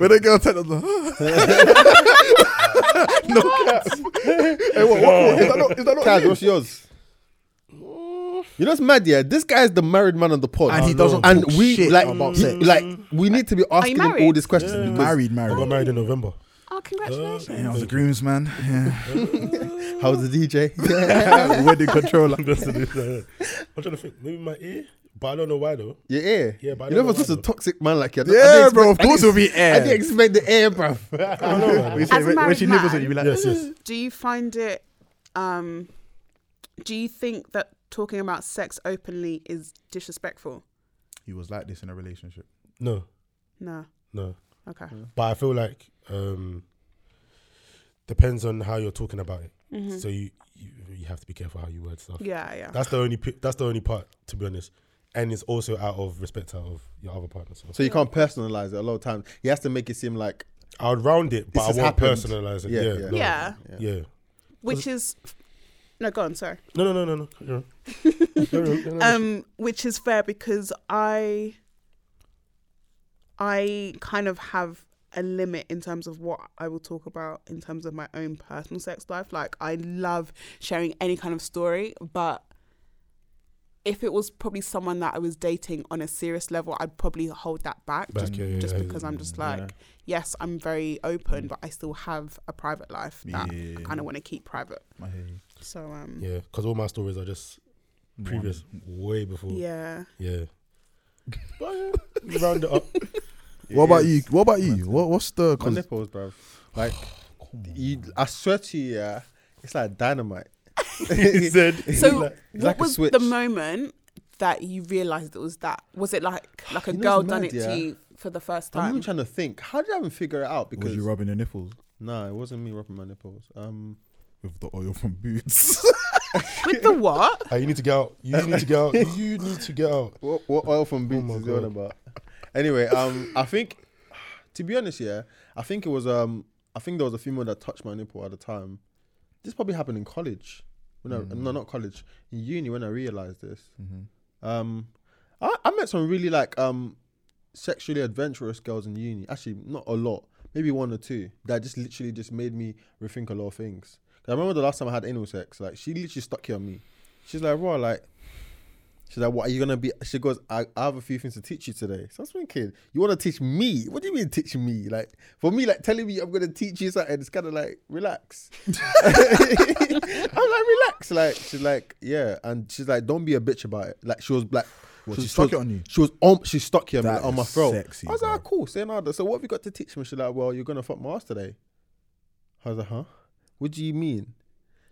when the girl said, I was like, Hey, what, what, what, is that not, is that not Kaz, what's yours? You know what's mad, yeah? This guy's the married man on the pod. And he doesn't And talk we shit like, about he- sex. like we need to be asking him all married? these questions. because married, I got married. married in November. Oh, congratulations. And I was a groomsman. Yeah. How's the DJ? Yeah. Wedding controller. That's the thing, yeah. I'm trying to think. Maybe my ear, but I don't know why though. Your ear. Yeah, but I you don't never know such why, a though. toxic man like you. I didn't- I didn't Yeah, expect- bro. I Of didn't course, it'll be I didn't air. expect the air, bro. As a married man, you be like, Yes, yes. do you find it? Um, do you think that talking about sex openly is disrespectful? he was like this in a relationship. No, No. no. Okay. But I feel like um depends on how you're talking about it. So you, you you have to be careful how you word stuff. Mm-hmm. Yeah, yeah. That's the only pi- that's the only part to be honest, and it's also out of respect out of your other partner. So, So you can't personalize it a lot of times. He has to make it seem like I would round it, but I has won't happened. personalize it. Yeah, Yeah, yeah. No, yeah. yeah. Which is no, go on. Sorry. No, no, no, no, no. You're on. You're on. You're on. um, which is fair because I I kind of have a limit in terms of what I will talk about in terms of my own personal sex life. Like I love sharing any kind of story, but if it was probably someone that I was dating on a serious level, I'd probably hold that back Back, just, yeah, yeah, just yeah, because I'm just yeah. like, yes, I'm very open, but I still have a private life that I kind of want to keep private. I hear you. So um, Yeah, because all my stories are just previous, way before. yeah. Yeah. But yeah, round it up. What about you? What about you? What what's the? My Cause nipples, bro. Like, you, I swear to you, yeah, it's like dynamite. he said. So what was the moment that you realized it was that? Was it like like a You know girl what's done mad, it yeah? to you for the first I'm time? even trying to think. How did I even figure it out? Because was you rubbing your nipples nah, it wasn't me rubbing my nipples. Um, with the oil from boots? With the what? Ah, you need to get out. You need to get out. You need to get out. what, what oil from boots Oh my is it on God. about? Anyway, um, I think, to be honest, yeah, I think it was um, I think there was a female that touched my nipple at the time. This probably happened in college. When I, Mm. no, not college. In uni, when I realized this, Mm-hmm. um, I, I met some really like um, sexually adventurous girls in uni. Actually, not a lot. Maybe one or two that just literally just made me rethink a lot of things. 'Cause I remember the last time I had anal sex, like she literally stuck it on me. She's like, "Bro, like She's like, what are you gonna be? She goes, I, I have a few things to teach you today. So I was thinking, you wanna teach me? What do you mean teach me? Like for me, like telling me I'm gonna teach you something, it's kinda like relax. I'm like, relax. Like she's like, yeah. And she's like, don't be a bitch about it. Like she was like What, was- she stuck was- it on you? She was on she stuck here That like, on is my throat. sexy, I was like, bro. ah, cool, say nada. So what have you got to teach me? She's like, Well, you're gonna fuck my ass today. I was like, huh? What do you mean?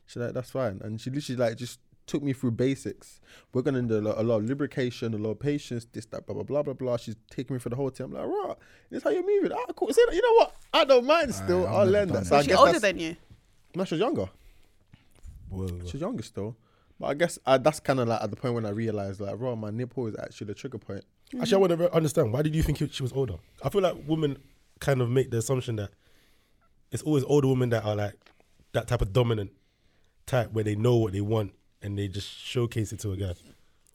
She's like, that's fine. And she literally like just took me through basics. We're gonna do a lot, a lot of lubrication, a lot of patience, this, that, blah, blah, blah, blah, blah. She's taking me for the whole time. I'm like, right, this how you're moving. Ah, cool. So, you know what? I don't mind still. Aye, I've I'll never learn done that. it. So I Is she guess older that's, than you? no, she was younger. Whoa, whoa. She's younger still. But I guess uh, that's kind of like at the point when I realized like, raw, my nipple is actually the trigger point. Actually, I want to understand. Why did you think she was older? I feel like women kind of make the assumption that it's always older women that are like that type of dominant type where they know what they want and they just showcase it to a guy.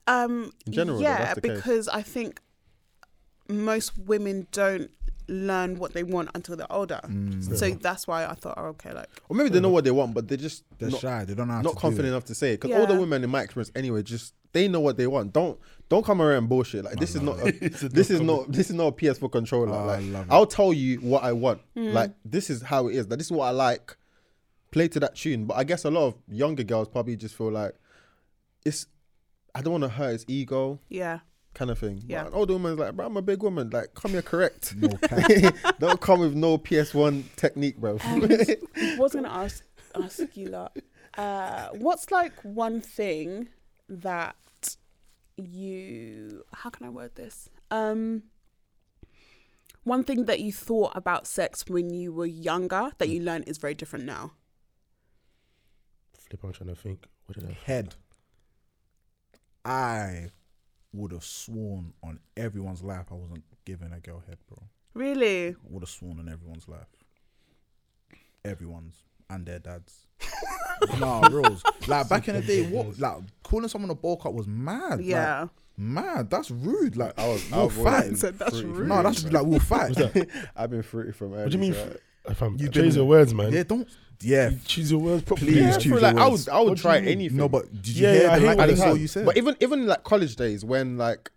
Um, In general, though, yeah, that's the case. because I think most women don't learn what they want until they're older. Mm. So that's why I thought, oh, okay, like Or maybe they know what they want, but they're just They're not, shy. They don't know how not to do confident it. enough to say it. Because all the Yeah. women in my experience, anyway, just they know what they want. Don't don't come around and bullshit. Like this is not a, this is not this is not a PS4 controller. Oh, I like love it. I'll tell you what I want. Mm. Like this is how it is. That this is what I like. Play to that tune. But I guess a lot of younger girls probably just feel like it's. I don't want to hurt his ego, yeah, kind of thing. Yeah. But an older woman's like, bro, I'm a big woman. Like, come here, correct. No cap. don't come with no PS1 technique, bro. Um, was gonna ask ask you lot, uh, what's like one thing that you how can I word this? Um one thing that you thought about sex when you were younger that you learn is very different now. Flip, I'm trying to think. What did I? head, I would have sworn on everyone's life I wasn't giving a girl head, bro. Really? Would have sworn on everyone's life, everyone's and their dad's. nah, rules. Like back in the day, what like calling someone a ball cut was mad. Yeah. like, mad. That's rude. Like I was, I I was avoided fighting. Said that's fruity rude. No, that's fruit, like we'll fight. I've been fruity from early. What do you mean? so- If I'm, You you choose didn't- your words, man. Yeah, don't. Yeah, Choose your words properly. Please Yeah, choose bro, your like, I words. would, I would What do try you mean? anything. no, but did you Yeah, hear yeah, the I like, hate when what they that's all say- you said? But even even in, like college days, when like,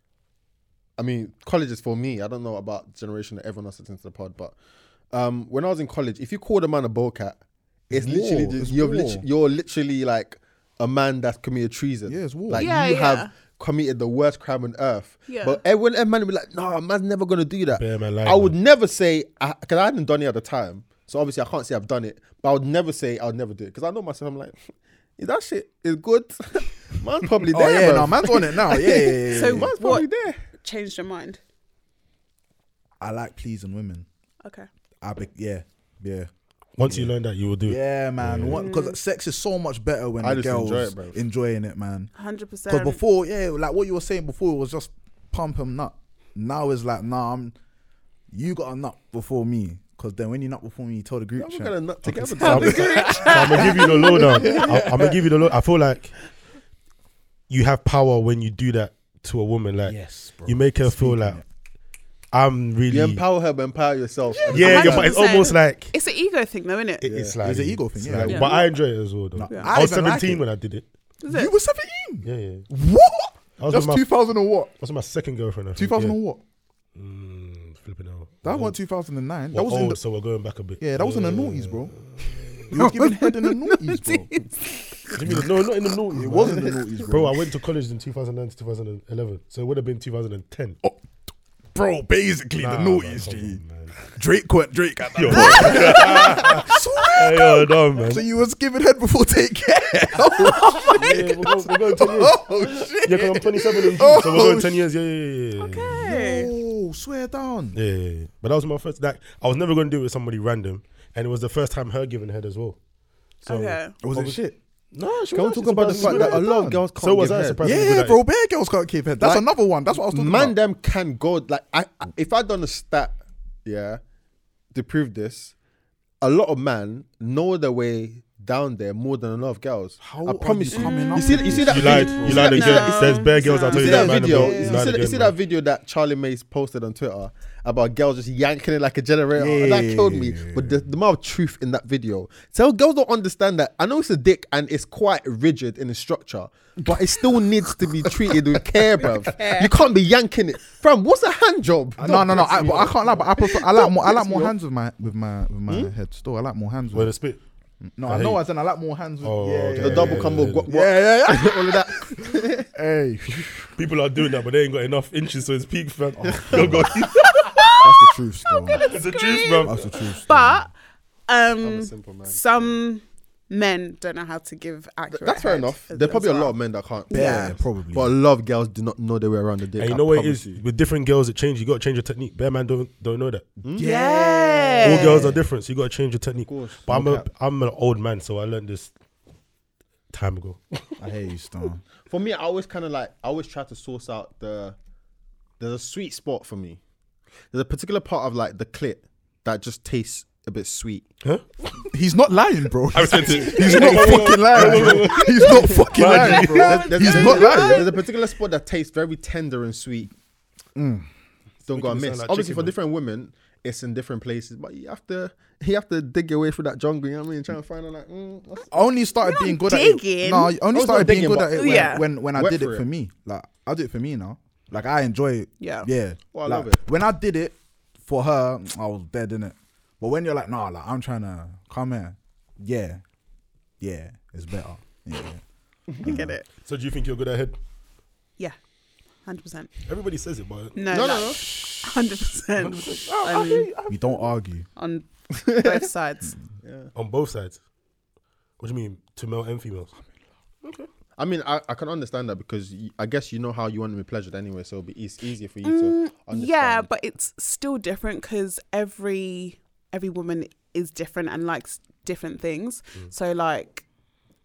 I mean, college is for me. I don't know about generation that everyone else that's into the pod, but um, when I was in college, if you called a man a bowcat, it's War, literally just, it's you're war. literally, you're literally like a man that's committed treason. Yeah, it's war. Like Yeah, you yeah. have committed the worst crime on earth. Yeah. But everyone, every man would be like, "Nah, man's never gonna do that." Bear my life, I would man. never say because I hadn't done it at the time, so obviously I can't say I've done it. But I would never say I'll never do it because I know myself. I'm like, "Is that shit is good?" man's probably oh there. yeah, bruv. no, man's on it now. Yeah, yeah, yeah, yeah. So man's probably what there. changed your mind? I like pleasing women. Okay. I be- yeah, yeah. Once you learn that, you will do it. Yeah, man. Because sex is so much better when I the just enjoy girls it, bruv. enjoying it, man. 100%. Because before, yeah, like what you were saying before, it was just pump him nut. Now it's like, nah, I'm, you got a nut before me. Because then when you nut before me, you tell the group Now We're chat. gonna nut together. So I'm, darling. gonna give you the lowdown. I'm, gonna give you the low. I feel like you have power when you do that to a woman. Like Yes, bro. you make her feel Speaking like it. I'm really. You empower her, but empower yourself. yeah, you're- but it's 100%. almost like It's an ego thing, though, isn't Eh. it? it's like It's an ego thing, it's yeah. like- Yeah. But I enjoy it as well, though. Yeah. I, was I even like 17 it. when I did it. You were 17. Yeah, yeah. What? I was That's with my- 2000 or what? What's my second girlfriend? I think, 2000 yeah. or what? Mm, Flipping hell. That We're wasn't 2009. That old, was in the, so we're going back a bit. yeah, that was in the noughties, bro. You was giving head in the noughties, bro. What do you mean? No, not in the noughties. It man. was in the noughties, Bro, bro. I went to college in 2009 to 2011, so it would have been 2010. Bro, basically Nah, the noughties, man, come G. on, man. Drake went Drake at that. Yo, point. what? Swear. Hey, yo, no, man. So you was giving head before take care. oh my Yeah, we're going, we're going 10 years. Oh shit. Yeah, because I'm 27 in June, so we're going 10 years. Yeah, yeah, yeah, yeah. Okay. Oh, swear down. Yeah, yeah, yeah. But that was my first. That I was never going to do it with somebody random, and it was the first time her giving head as well. So, Okay. Was it shit? No, she Can we was talk actually about the fact surprisingly that a good at lot it. of girls can't So was give I head? surprisingly good Yeah, at it. bro, bear girls can't keep head. That's Like, another one. That's what I was talking man about. them can god like I, I if i done a stat yeah to prove this a lot of men know their way down there more than a lot of girls How i are promise you coming you up see, you with see this? that You lied. video- You lied see again. No. It says bare girls. I You told you you see that, that man. video? You You lied see, that, you again, see man. that video that Charlie Mays posted on Twitter about girls just yanking it like a generator? Yeah. That killed me. But the, the amount of truth in that video. So girls don't understand that. I know it's a dick and it's quite rigid in its structure, but it still needs to be treated with care, bruv. You can't be yanking it. Fam, what's a hand job? No, no, no. I, but I can't lie. But I prefer. I like more. I like piss more me off. hands with my with my with my head. Still, I like more hands. With With, a spit. no, I I hate know. you. I said I like more hands. With, Oh, yeah, okay. yeah, The yeah, double yeah, combo. yeah, guap, yeah. guap. Yeah, yeah, yeah. All of that. hey, People are doing that, but they ain't got enough inches, so it's peak, fam. Yo, God, that's the truth. Still, it's the truth, bro. that's the truth. Still. But I'm a um, simple man. some men don't know how to give accurate. That's fair head enough. as- There's probably as a lot well. of men that can't. yeah, probably. But a lot of girls do not know their way around the dick. And you I know what it promise is? you. With different girls, it changes. You got to change your technique. Bare man don't don't know that. Yeah. All girls are different, so you got to change your technique. course. But I'm a, Okay. I'm an old man, so I learned this time ago. I hate you, still. For me, I always kind of like I always try to source out the there's a sweet spot for me. There's a particular part of like the clit that just tastes a bit sweet. He's not lying, bro. I sent it. He's not fucking lying. Bro. He's not fucking lying, bro. There's, there's He's a, not lying. There's a particular spot that tastes very tender and sweet. Don't go Mm. Making and it miss. sound like Obviously, chicken, for man. different women, it's in different places, but you have to you have to dig your way through that jungle. You know what I mean? Trying to find out like mm, what's- I only started being good at it. digging. No, I I only was not started being digging, good at but- it when, Yeah. when, when I Went did for it for it. me. Like I do it for me now. Like I enjoy it. Yeah. Yeah. Oh, I like, love it. When I did it for her, I was dead in it. But when you're like, nah, like I'm trying to come here. Yeah. Yeah. It's better. Yeah. You get it? So do you think you're good at head? Yeah. Hundred percent. Everybody says it, but No. no, no, no. Hundred percent. We don't argue. On both sides. on both sides. What do you mean, to male and females? I mean, I, I can understand that because you, I guess you know how you want to be pleasured anyway, so it'll be eas easier for you to understand. Mm, Yeah, but it's still different because every every woman is different and likes different things. Mm. So like,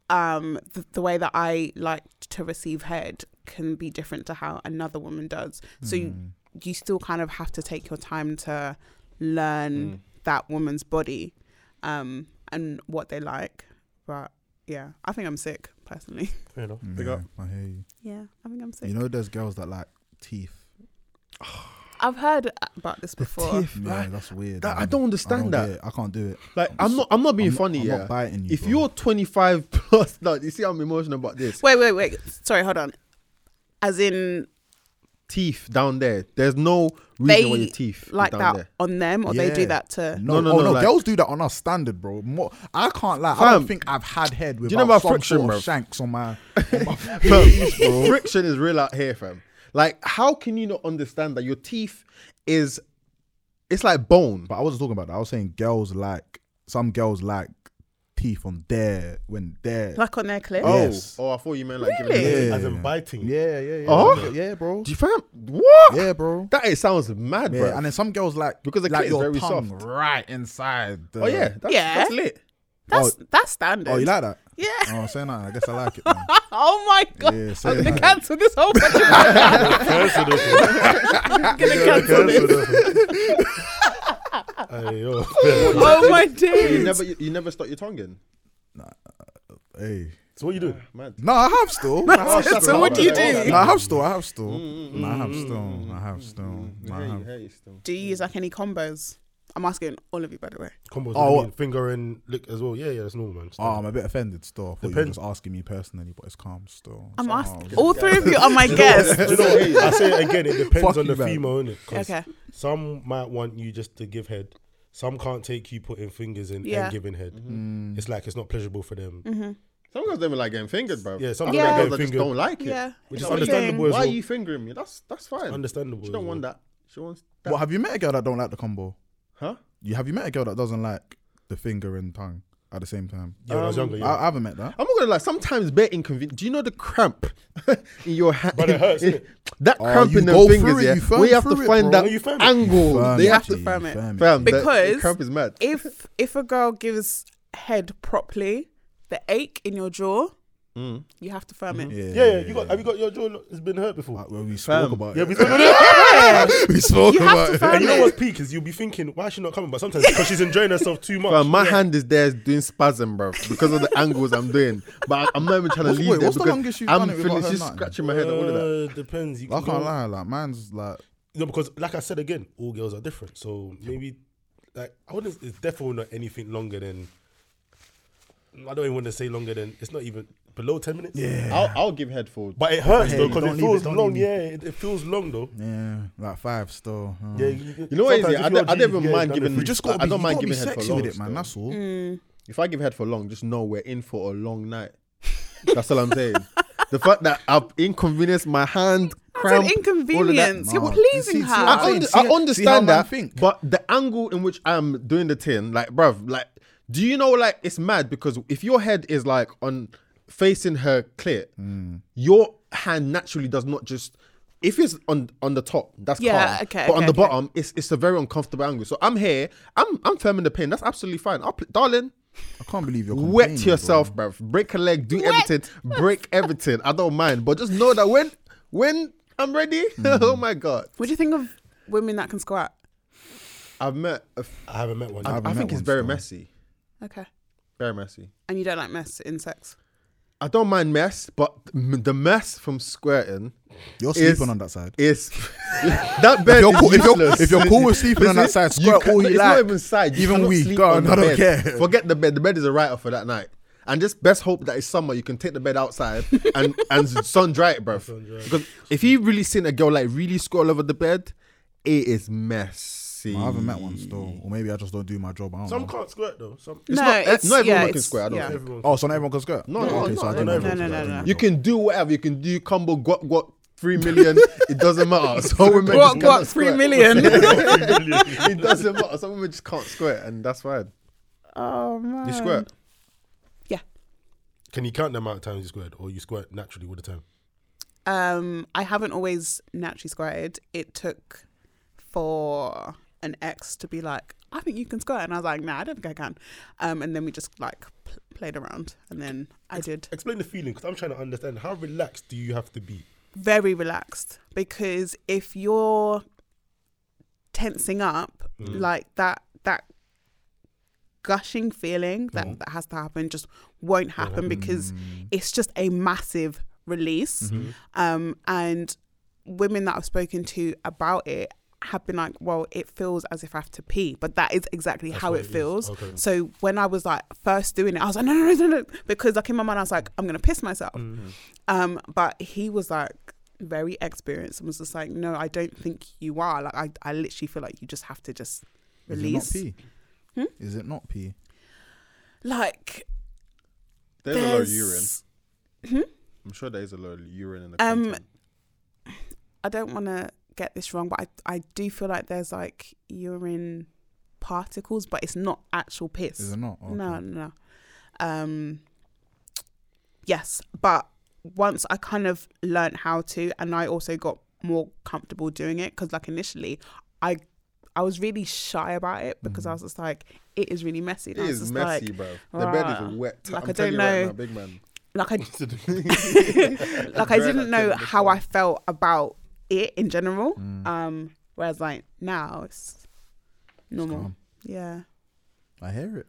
um, the, the way that I like to receive head can be different to how another woman does. So you, Mm. you still kind of have to take your time to Mm. learn that woman's body, um, and what they like. But yeah, I think I'm sick personally. Fair enough. Mm-hmm. Yeah, I hear you. Yeah, I think I'm sick. You know, there's girls that like teeth. I've heard about this before. Yeah, that's weird. That- I man. don't understand get that. it. I can't do it. Like I'm not, I'm not being I'm not- funny. I'm yeah, not biting you, if bro. you're 25 plus, no, you see, I'm emotional about this. Wait, wait, wait. Sorry, hold on. As in, Teeth down there. There's no reason they why your teeth is like down that there. on them, or they Yeah. do that to. No, no, no, oh, no, no, like- girls do that on our standard, bro. More, I can't lie. I don't Fam, think I've had head with you know about some friction, sort bro? of shanks on my. On my face, Fam, bro. friction is real out here, fam. Like, how can you not understand that your teeth is, it's like bone. But I wasn't talking about that. I was saying girls like some girls like teeth on their when their Like on their clip. Oh, Yes. oh, I thought you meant like. Really? Giving Yeah. As in biting. yeah yeah yeah Oh? yeah bro Do you fam? What? yeah bro. That it sounds mad, Yeah, bro. and then some girls like Because the clit like is your very tongue soft. right inside. The, oh yeah, that's, Yeah. that's lit. That's that's standard. Oh, you like that? Yeah. Oh, I'm saying that. I guess I like it. Man. Oh my god! Yeah, say I'm gonna that. cancel this whole. Bunch Cancel this one. Cancel this one. Hey, yo. oh my You days! never, you, you never stuck your tongue in. Hey, So what you doing? Mad. No, I have still. Oh, shut So up, what do you man. do? No, I have still. I have still. Mm-hmm. No, I have still. I have still. No, I Hey, have. hey, still. Do you use like any combos? I'm asking all of you, by the way. Combos. Oh, Oh, what? finger and lick as well. Yeah, yeah, that's normal, man. Just Oh, I'm a bit offended still. I thought you were Depend- just asking me personally, but it's calm oh, still. I'm Somehow asking. it's- All three of you are my guests. Do you know what? I say it again. It Fuck depends on you, the man. female, innit? 'Cause Okay. Some might want you just to give head. Some can't take you putting fingers in Yeah. Mm-hmm. and giving head. Mm-hmm. It's like it's not pleasurable for them, Some girls don't even like getting fingered, bro. Yeah, some Other girls like girls getting that just fingered. don't like it. Yeah. it's which is a thing. understandable. As Why are well. you fingering me? That's that's fine. Understandable. She as don't well. want that. She wants that. What have you met a girl that don't like the combo? Huh? You have you met a girl that doesn't like the finger and tongue at the same time? Um, Yeah, when I was younger. Yeah. I, I haven't met that. I'm not gonna lie. Sometimes bare inconvenient. Do you know the cramp in your hand? But it hurts, innit? that Oh, cramp you in go them through fingers. it, yeah, you firm we have to through it, find bro. that No, you firm it. angle. Oh, Firm they it, have G, to G. firm it. firm fam. that- Because- cramp is mad. if if a girl gives head properly, the ache in your jaw, you have to firm it. Yeah, yeah, you got. Have you got your jaw? It's been hurt before. Um, Like when we spoke Fam. Uh, about yeah, it. we spoke about it. we spoke You have about to it. firm And you know it. what's peak is you'll be thinking, why is she not coming? But sometimes because she's enjoying herself too much. Fam, my Yeah. hand is there doing spasm, bro, because of the angles I'm doing. But I- I'm not even trying to What's- leave wait, there what's the because longest you've I'm done it without her finished. She's nothing? scratching my head and all of that. Uh, depends. You I can can't go- lie, like mine's like No, because like I said again, all girls are different. So maybe like I wouldn't. It's definitely not anything longer than. I don't even want to say longer than. It's not even below ten minutes. Yeah, I'll, I'll give head for. but it hurts though Hey, because don't it leave it, feels don't long. leave Yeah, it, it feels long though. yeah, like five still. huh. Yeah, You know what it is, sometimes yeah, I if you're don't- I G, don't even yeah, it's mind done giving the You just I- got. I I don't don't mind mind giving giving head for sexy long with it, man. still. That's all. Mm. If I give head for long, just know we're in for a long night. That's all I'm saying. The fact that I've inconvenienced my hand, It's cramp, an inconvenience. all of that. You're Nah. pleasing See, see, her. I'm I, saying, under- see- see I how man understand that, think. but the angle in which I'm doing the tin, like, bruv, like, do you know, like, it's mad because if your head is like on facing her clit, Hmm. your hand naturally does not just. If it's on on the top, that's Yeah, calm. okay, But on okay, the okay. bottom, it's it's a very uncomfortable angle. So I'm here. I'm I'm firming the pain. That's absolutely fine. I'll pl- darling. I can't believe you're complaining, Wet bro. yourself, bruv. Break a leg, do everything, break everything. I don't mind, but just know that when when I'm ready, Hmm. oh my god, What do you think of women that can squat? I've met. A f- I haven't met one. I, yet. I met think it's one very still. messy, Okay. very messy. And you don't like mess in sex. I don't mind mess, but m- the mess from squirting You're is sleeping on that side. is that bed If you're, is cool, if, useless. you're, if you're cool with sleeping on that Listen, side, squirt can- all you it's like. not even Oh, side. You even cannot we, sleep God, on the I don't bed. care. Forget the bed. The bed is a write-off for that night. And just best hope that it's summer. You can take the bed outside and and sun dry it, bruv. Because if you really seen a girl like really squirrel over the bed, it is messy. I haven't met one still, or maybe I just don't do my job. I don't Some know. can't squirt though. Some It's no, not- it's, not everyone yeah, can it's- square, I don't yeah. think. everyone. Oh, so not everyone can skirt. No, no, okay, no, so I no, do no, my no, job, no, so I no, do my no. You job. can do whatever. You can do combo, guap, guap, three million. it doesn't matter. Some women What, just what, cannot three squirt. million? it doesn't matter. Some women just can't squirt, and that's fine. oh, man. You squirt. Yeah. Can you count the amount of times you squirt, or you squirt naturally all the time? Um, I haven't always naturally squirted. It took for an ex to be like, I think you can squirt. And I was like, nah, I don't think I can. Um, and then we just like pl- played around. And then I did. Explain the feeling, because I'm trying to understand. How relaxed do you have to be? very relaxed because if you're tensing up like that that gushing feeling that, that has to happen just won't happen because it's just a massive release um and women that I've spoken to about it have been like, well, it feels as if I have to pee, but that is exactly how what it it is. feels. Okay. So when I was like first doing it, I was like, no, no, no, no, no, because like in my mind, I was like, I'm gonna piss myself. Um, but he was like very experienced and was just like, no, I don't think you are. Like, I, I literally feel like you just have to just Is it not release. pee? Hmm? Is it not pee? Like, There's, a lot of there's- urine. I'm sure there is a lot of urine in the Um, content. I don't want to get this wrong, but I, I do feel like there's like urine particles, but it's not actual piss. Is it not? Oh, Okay. No, no. no. Um, yes, but once I kind of learnt how to, and I also got more comfortable doing it because, like, initially, I I was really shy about it because I was just like, it is really messy. And Mm-hmm. It I was is just messy, like, bro. The bed "Rah." is wet. Like, I'm I don't telling you right know. now, big man. Like I like I Enjoy that didn't know feeling, how bro. I felt about it in general. Um, whereas like now it's normal. calm. yeah, I hear it.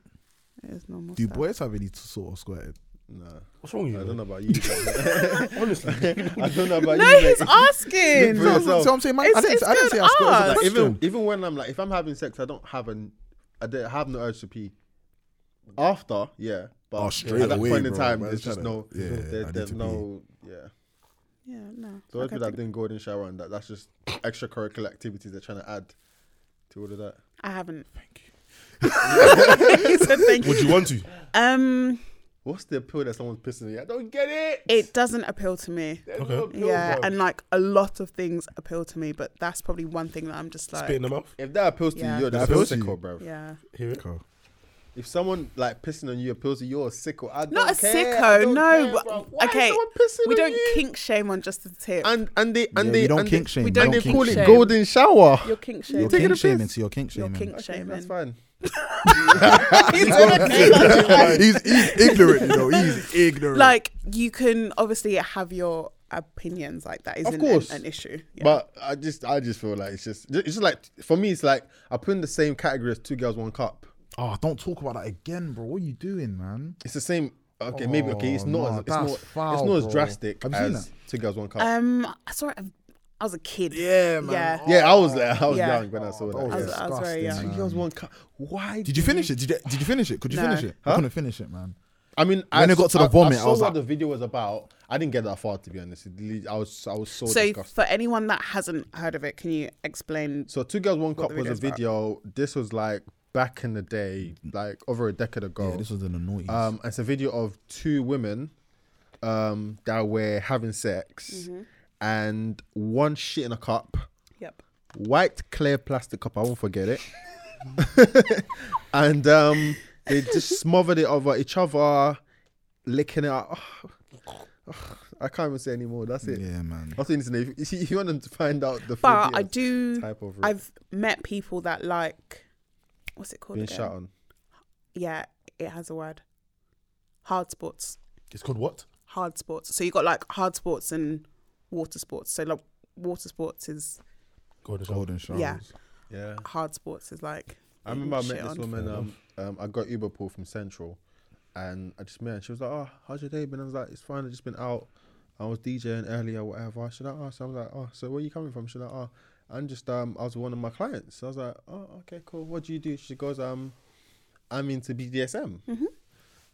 it's normal. Do stuff. boys have any sort of squirted? Nah. What's wrong with you? I don't man? know about you. guys. Honestly, I don't know about No, you. he's mate. asking. Look for No, yourself. So I'm saying, man, I It's- didn't, it's I didn't say I good scored. art. It was a even question. even when I'm like, if I'm having sex, I don't have an, I don't have no urge to pee. After, yeah, but Oh, straight at that away, point in bro. time, Man, there's just tryna- no, yeah, I there, need there's to pee. no, yeah. Yeah, no. So those Okay, people that doing golden shower and that, that's just extracurricular activities they're trying to add to all of that. I haven't. Thank you. he said thank you. would you want to? Um, What's the appeal that someone's pissing you? I don't get it. it doesn't appeal to me. There's no appeal, Yeah, bro. and like a lot of things appeal to me, but that's probably one thing that I'm just like, Spit in the mouth. if that appeals to Yeah. you, you're That just a appeals to you. sicko, bro. yeah. Hear it. Cool. If someone like pissing on you appeals to you, you're a sicko. I Not don't a care. I sicko, don't no. care, but- bro. Why is okay, someone pissing we on don't you? kink shame on just the tip. and and they and Yeah, they we don't and kink they, shame. we We don't don't and they kink call shame. it golden shower. You're kink You're shaming. taking kink a shaming piss. to your kink You're shaming. kink Okay, shaming. that's fine. he's, he's ignorant, you know. He's ignorant. Like you can obviously have your opinions like that isn't an- course. An, issue. Yeah. But I just I just feel like it's just it's just like for me it's like I put in the same category as two girls one cup. oh, don't talk about that again, bro. What are you doing, man? It's the same. Okay, maybe okay. It's Oh, not. nah, as, it's that's not. it's foul, not as bro. drastic Have you seen as that? two girls one cup. um, I saw it. I was a kid. Yeah, man. Yeah. yeah, I was like, I was Yeah. young when I saw That was that. was- yeah. I was very Oh, disgusting, Two man. girls one cup. Why Did you finish it? Did you, did you finish it? Could you No. finish it? I couldn't finish it, man. I mean, When I it got to saw- the vomit, I, I saw was what like- the video was about. I didn't get that far to be honest. It really- I was I was so, So disgusted. for anyone that hasn't heard of it, can you explain? So two girls, one cup the was a video's about. video. This was like back in the day, like over a decade ago. Yeah, this was an annoying. um, it's a video of two women um, that were having sex, Mm-hmm. and one shit in a cup, Yep. white clear plastic cup. I won't forget it. and um, they just smothered it over each other, licking it up. I can't even say anymore. That's it. yeah, man. That's it. If, if you want them to find out the But I video do. type of I've met people that like, what's it called? being again? shot on. Yeah, it has a word. Hard sports. It's called what? hard sports. So you got like hard sports and water sports. So like water sports is Golden shower. Golden showers. Yeah. Yeah. hard sports is like. I remember I shit met this on. woman. Um, um, I got Uber pool from Central, and I just met. Her and she was like, "Oh, how's your day been?" I was like, "It's fine. I just been out. I was DJing earlier, whatever." She's like, "Oh," so I was like, "Oh, so where you coming from?" She's like, "Oh, I'm just um, I was one of my clients." So I was like, "Oh, okay, cool. What do you do?" She goes, "Um, I'm into BDSM."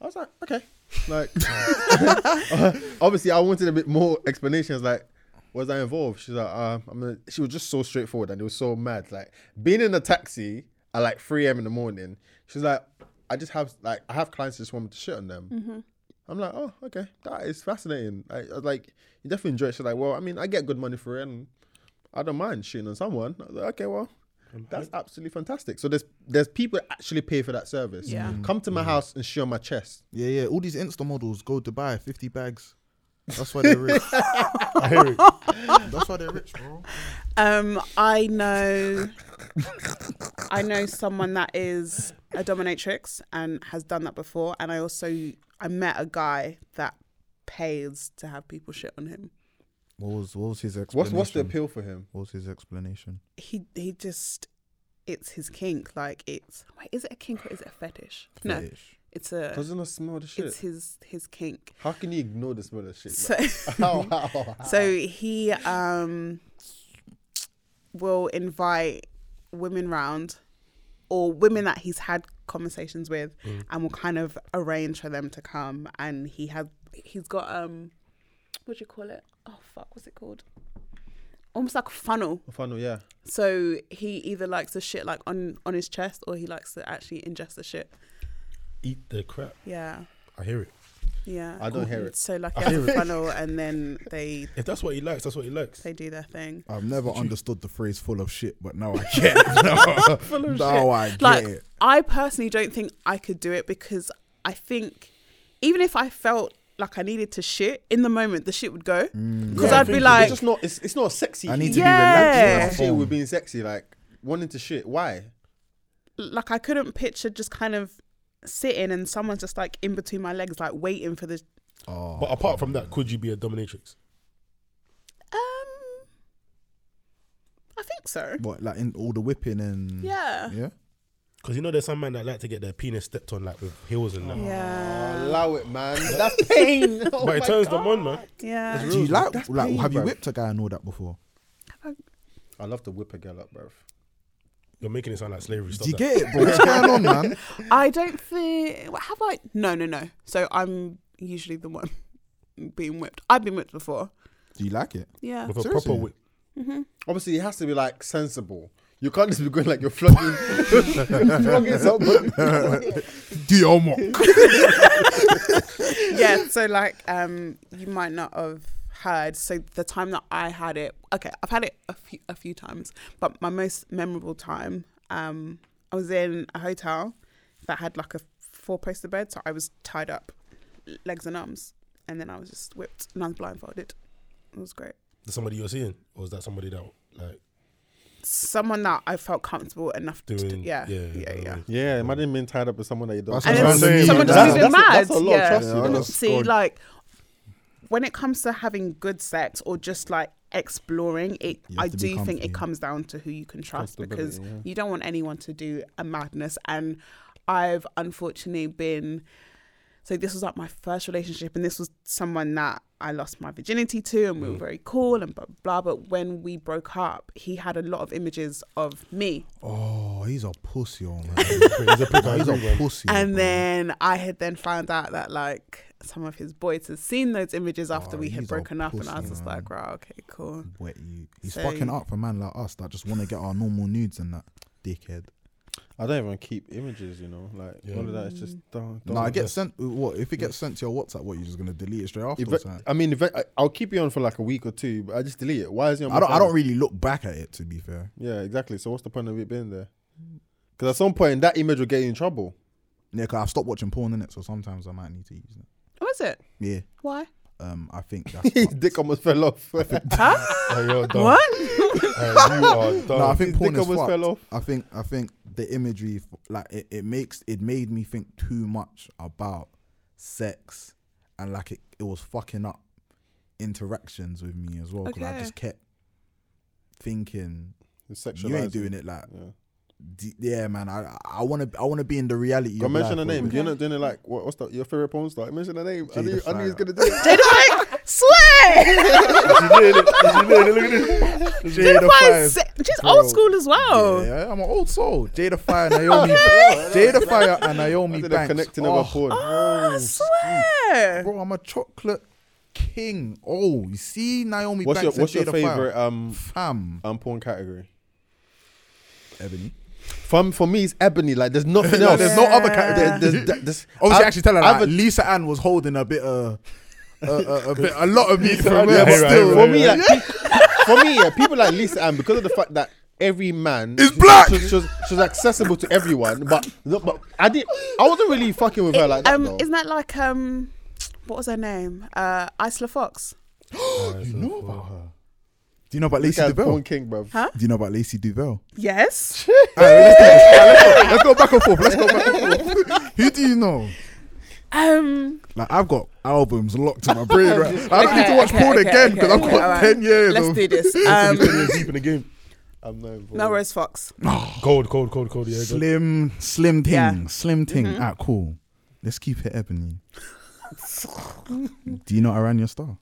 I was like, "Okay." Like, obviously, I wanted a bit more explanation. I was like. Was that involved? She's like, uh, I'm gonna, she was just so straightforward and it was so mad. Like being in a taxi at like 3 a.m. in the morning, she's like, I just have like I have clients that just want me to shit on them. I'm like, oh, okay, that is fascinating. I, I was like, you definitely enjoy it. She's like, well, I mean, I get good money for it and I don't mind shitting on someone. I was like, okay, well, that's absolutely fantastic. So there's there's people that actually pay for that service. Yeah. Come to my house and shit on my chest. Yeah, yeah. All these Insta models go Dubai, 50 bags. That's why they're rich. I hear it. That's why they're rich, bro. Um, I know. I know someone that is a dominatrix and has done that before, and I also I met a guy that pays to have people shit on him. What was what was his explanation? What's what's the appeal for him? What was his explanation? He he just. It's his kink, like it's. Wait, is it a kink or is it a fetish? No, Fetish. it's a. Doesn't it smell the shit? It's his his kink. How can you ignore the smell of shit? So, bro? How- how- how? so he um will invite women round or women that he's had conversations with and will kind of arrange for them to come and he has he's got um what do you call it oh fuck what's it called almost like a funnel Funnel, yeah. so he either likes the shit like on on his chest or he likes to actually ingest the shit Eat the crap. yeah I hear it. yeah I don't hear it. so like he I has hear a it. funnel and then they If that's what he likes, that's what he likes. they do their thing I've never understood the phrase "full of shit," but now I get it. full of now I get like it. I personally don't think I could do it because I think even if I felt like I needed to shit in the moment, the shit would go because Yeah, I I'd be think like, it's just not. It's, it's not sexy. I need to Yeah. be relaxed. Shit with being sexy, like wanting to shit. Why? like I couldn't picture just kind of sitting and someone's just like in between my legs, like waiting for the. Oh, But apart from that, could you be a dominatrix? Um, I think so. what like in all the whipping and Yeah. yeah. Because you know, there's some men that like to get their penis stepped on, like with heels and that. Yeah. Allow it, man. That's pain. Oh But it my turns God. them on, man. Yeah. Do you like like pain, have you bruv. whipped a guy and all that before? I love to whip a girl up, bruv. You're making it sound like slavery. Stop Do you that. get it, bro? What's going on, man? I don't think. what Have I? No, no, no. So I'm usually the one being whipped. I've been whipped before. Do you like it? Yeah. With a Seriously? proper whip. Obviously, it has to be like sensible. You can't just be going like you're flogging, flogging someone. Diomok. yeah so like um you might not have heard so the time that i had it okay i've had it a few, a few times but my most memorable time um i was in a hotel that had like a four poster bed so i was tied up legs and arms and then i was just whipped and i was blindfolded it was great Is somebody you're seeing, or is that somebody that like someone that i felt comfortable enough to do doing? yeah yeah yeah, Yeah, imagine being tied up with someone that you don't. That's and what I'm then saying, someone man. just moving That's- mad that's a lot of yeah. trust, you know. Yeah, see God. like when it comes to having good sex or just like exploring it You have i to be do think comfy. it comes down to who you can trust because Comfortability, yeah. you don't want anyone to do a madness and i've unfortunately been so this was like my first relationship and this was someone that i lost my virginity to and we Mm. were very cool and blah blah blah but when we broke up he had a lot of images of me Oh, he's a pussy, oh, man. He's a prick, I He's agree, a man. pussy. and bro. then I had then found out that like some of his boys had seen those images after Oh, we had he's a broken up, and I was pussy, just man. like, Mm. "Wow, okay, cool." Wet you. He's So- fucking up for man like us that just want to get our normal nudes and that. Dickhead. I don't even keep images, you know. Like Yeah. all of that is just don't. don't No, I get sent. What if it gets sent to your WhatsApp? What you just gonna delete it straight after? or Eve- something? I mean, eve- I- I'll keep you on for like a week or two, but I just delete it. Why is it? On my I don't. I phone? don't really look back at it to be fair. Yeah, exactly. So what's the point of it being there? Because at some point that image will get you in trouble. Yeah, cause I've stopped watching porn in it, so sometimes I might need to use it. What was it? Yeah. Why? Um, I think that's. His dick almost fell off. Oh, you're dumb. What? Hey, you are dumb. no, I think His porn dick is almost fucked. fell off. I think I think the imagery, f- like it, it makes it made me think too much about sex, and like it, it was fucking up interactions with me as well because I Okay. just kept thinking you ain't Sexualized. doing it like. Yeah. D- yeah, man. I I want to I want to be in the reality. Go of mention the life, name. bro. You're not doing it like what, what's the, your favorite porn star? Mention the name. I Jada knew, I knew he was Flyer. gonna do it. Swear! She did it. She did it. Look at this. Jada Fire. She's old school as well. Yeah, I'm an old soul. Jada Fire, Naomi. Jada Fire and Naomi They're Banks. connecting Oh, over porn. I swear. bro, I'm a chocolate king. Oh, you see Naomi What's your Banks. What's your and Jada Fire. favorite um Fam, um porn category? Ebony. From for me, it's ebony. Like there's nothing No, else. there's no other category. There- there's- there- there's- Obviously, I've- actually, tell her I've that a- Lisa Ann was holding a bit of. Uh, a, a, bit, a lot of meat from Yeah, but her, but right, still. for me, like, pe- for me, yeah, people like Lisa Ann because of the fact that every man Is black! She, she was, she was accessible to everyone, but no, but I did. I wasn't really fucking with her like that. Um, though. isn't that like um, what was her name? Uh, Isla Fox. you know about her. Do you know about This Lacey guy's DuVille? born king, bruv. Do you know about Lacey DuVille? Yes. Alright, let's do this. Alright, let's, go, let's go back and forth. Let's go back and forth. Who do you know? Um, Like I've got albums locked in my brain. Right? I don't need to okay, watch okay, porn okay, again because okay, I've okay, got alright. ten years. let's of, do this. Um, You're deep in the game. I'm not involved. Melrose Fox. Cold, cold, cold, cold. Yeah, go. Slim, slim ting, Yeah. Mm-hmm. slim ting. Ah, cool. Let's keep it ebony. do you know Aranya Star?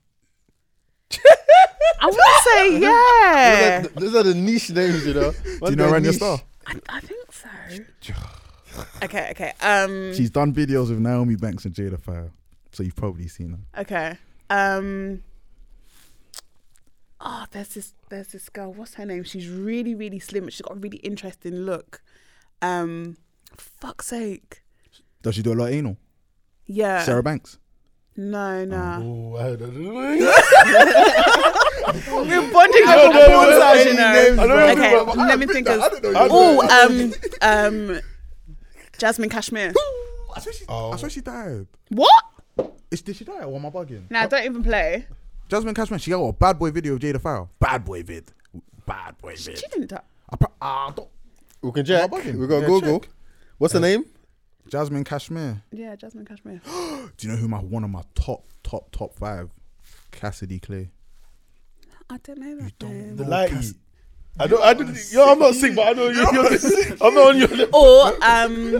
I want to say yeah. Those are, those are the niche names, you know. Do you know Aranya Star? I, I think so. okay, okay. Um She's done videos with Naomi Banks and Jada Fire, so you've probably seen her. okay. Um Oh, there's this there's this girl. What's her name? She's really, really slim. She's got a really interesting look. Um fuck's sake. Does she do a lot of anal? Yeah. Sarah Banks. No, no. Oh, I don't- We're bonding over no, no, porn no, stars, any you names, know. bro. I don't Okay, let me think of Oh, um um Jasmine Cashmere. I swear she, Oh. I swear she died. What? Is, did she die or am I bugging? Nah, don't even play. Jasmine Cashman, she got a bad boy video of Jada Fire. Bad boy vid. Bad boy vid. She didn't die. I pro- ah, don't- We can check. Am I bugging? We got Yeah, Google. check. What's the name? Jasmine Cashmere. Yeah, Jasmine Cashmere. Do you know who my one of my top, top, top five? Cassidy Clay. I don't know that You don't name. know lighty. Cass- I don't. I didn't. Yo, I'm not sick, but I know you. You're sick. I'm not on your level. Or um,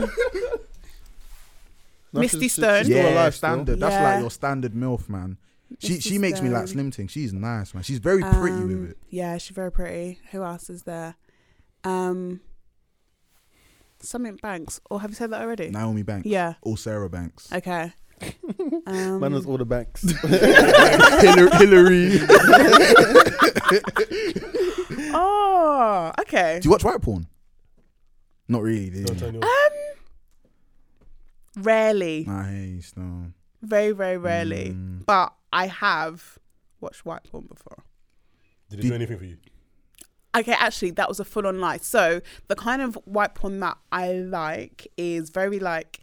No, Misty she's- she's Stone. still yeah, alive still. standard. That's Yeah. like your standard milf, man. She It's she makes me like disturbing. Slim Ting. She's nice, man. She's very pretty um, with it. Yeah, she's very pretty. Who else is there? Um, Summit Banks. Or have you said that already? Naomi Banks. Yeah. Or Sarah Banks. Okay. Mm. Um, Man has all the banks. Hillary. Hillary. Do oh, okay. you watch white porn? Not really. Do you? Don't turn your- Rarely, Nah, hey, Snow. very, very rarely. Mm. But I have watched white porn before. Did it do anything for you? Okay, actually, that was a full on lie. So the kind of white porn that I like is very like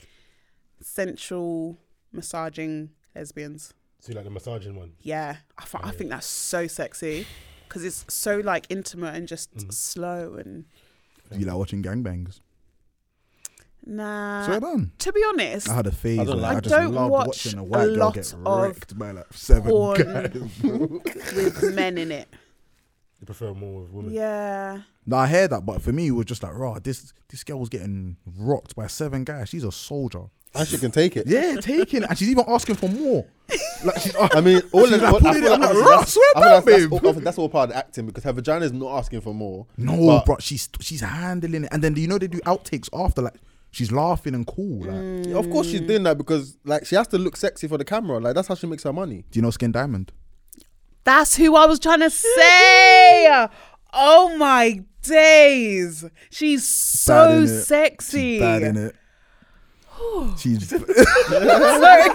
sensual, massaging lesbians. So you like the massaging one? Yeah, I, fi- I think that's so sexy because it's so like intimate and just Mm. slow and Do you like watching gangbangs? nah. so Uh-huh. done. to be honest, I had a phase. I don't where like I it. just I don't loved watch watching a a white girl lot get of wrecked by like seven porn. guys. with men in it. You prefer more with women? Yeah. No, I hear that, but for me, it was just like, raw. This this girl was getting rocked by seven guys. She's a soldier. and she can take it. Yeah, taking it, and she's even asking for more. Like, she's, I mean, all She's of like, all- I put it feel in, I'm obviously like, "Rah, that's- swear I feel down, that's- babe." that's all- That's all part of the acting because her vagina is not asking for more. no, But- bro, she's she's handling it, and then you know they do outtakes after, like she's laughing and cool. Like, Of course, Mm. she's doing that because like she has to look sexy for the camera. Like that's how she makes her money. do you know Skin Diamond? That's who I was trying to say. Oh my days. She's so innit? She's sexy. Bad in it. she's Sorry.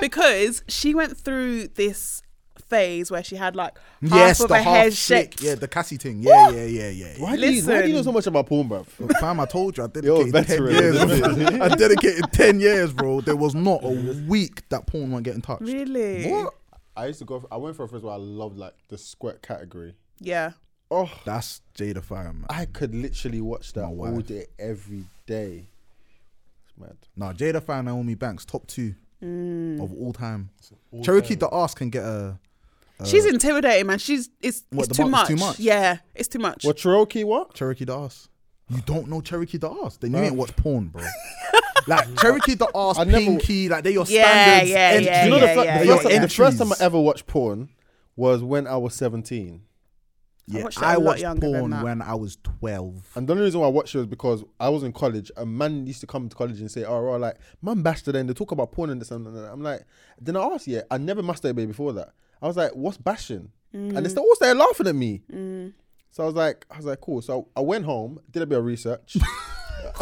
because she went through this phase where she had like half yes, of the her hair half slick. slick. Yeah, the Cassie thing. Yeah, yeah, yeah, yeah. yeah. Why do, you, why do you know Listen. so much about porn, bruv? Look, Fam, I told you I You're a dedicated ten veteran, years. isn't I dedicated ten years, bro. There was not a week that porn won't get in touch. Really? What? I used to go. I went for a phase where I loved like the squirt category. Yeah. Oh, That's Jada Fire, man. I could literally watch that My wife. all day, every day. It's mad. Nah, Jada Fire, Naomi Banks, top two Mm. of all time. Cherokee the ass can get a. She's intimidating, man. She's it's, Uh, it's What, the too mark much. is too much? Yeah, it's too much. What Cherokee? What? Cherokee the ass. You Uh-huh. don't know Cherokee the ass. Then you ain't watch porn, bro. like Cherokee the ass, I never- Pinky, like they your Yeah, standards. yeah, entry. yeah, you know the, fir- yeah, the, yeah, first yeah. time, the first time I Entries. ever watched porn was when I was seventeen, Yeah, watched it a I lot watched younger than porn that. when I was twelve. and the only reason why I watched it was because I was in college. A man used to come to college and say, "Oh, right, like man bashed today," and they talk about porn and this and that. I'm like, then I asked, "Yeah, I never masturbated before that." I was like, "What's bashing?" And they still all started laughing at me. So I was like, I was like, cool. So I went home, did a bit of research.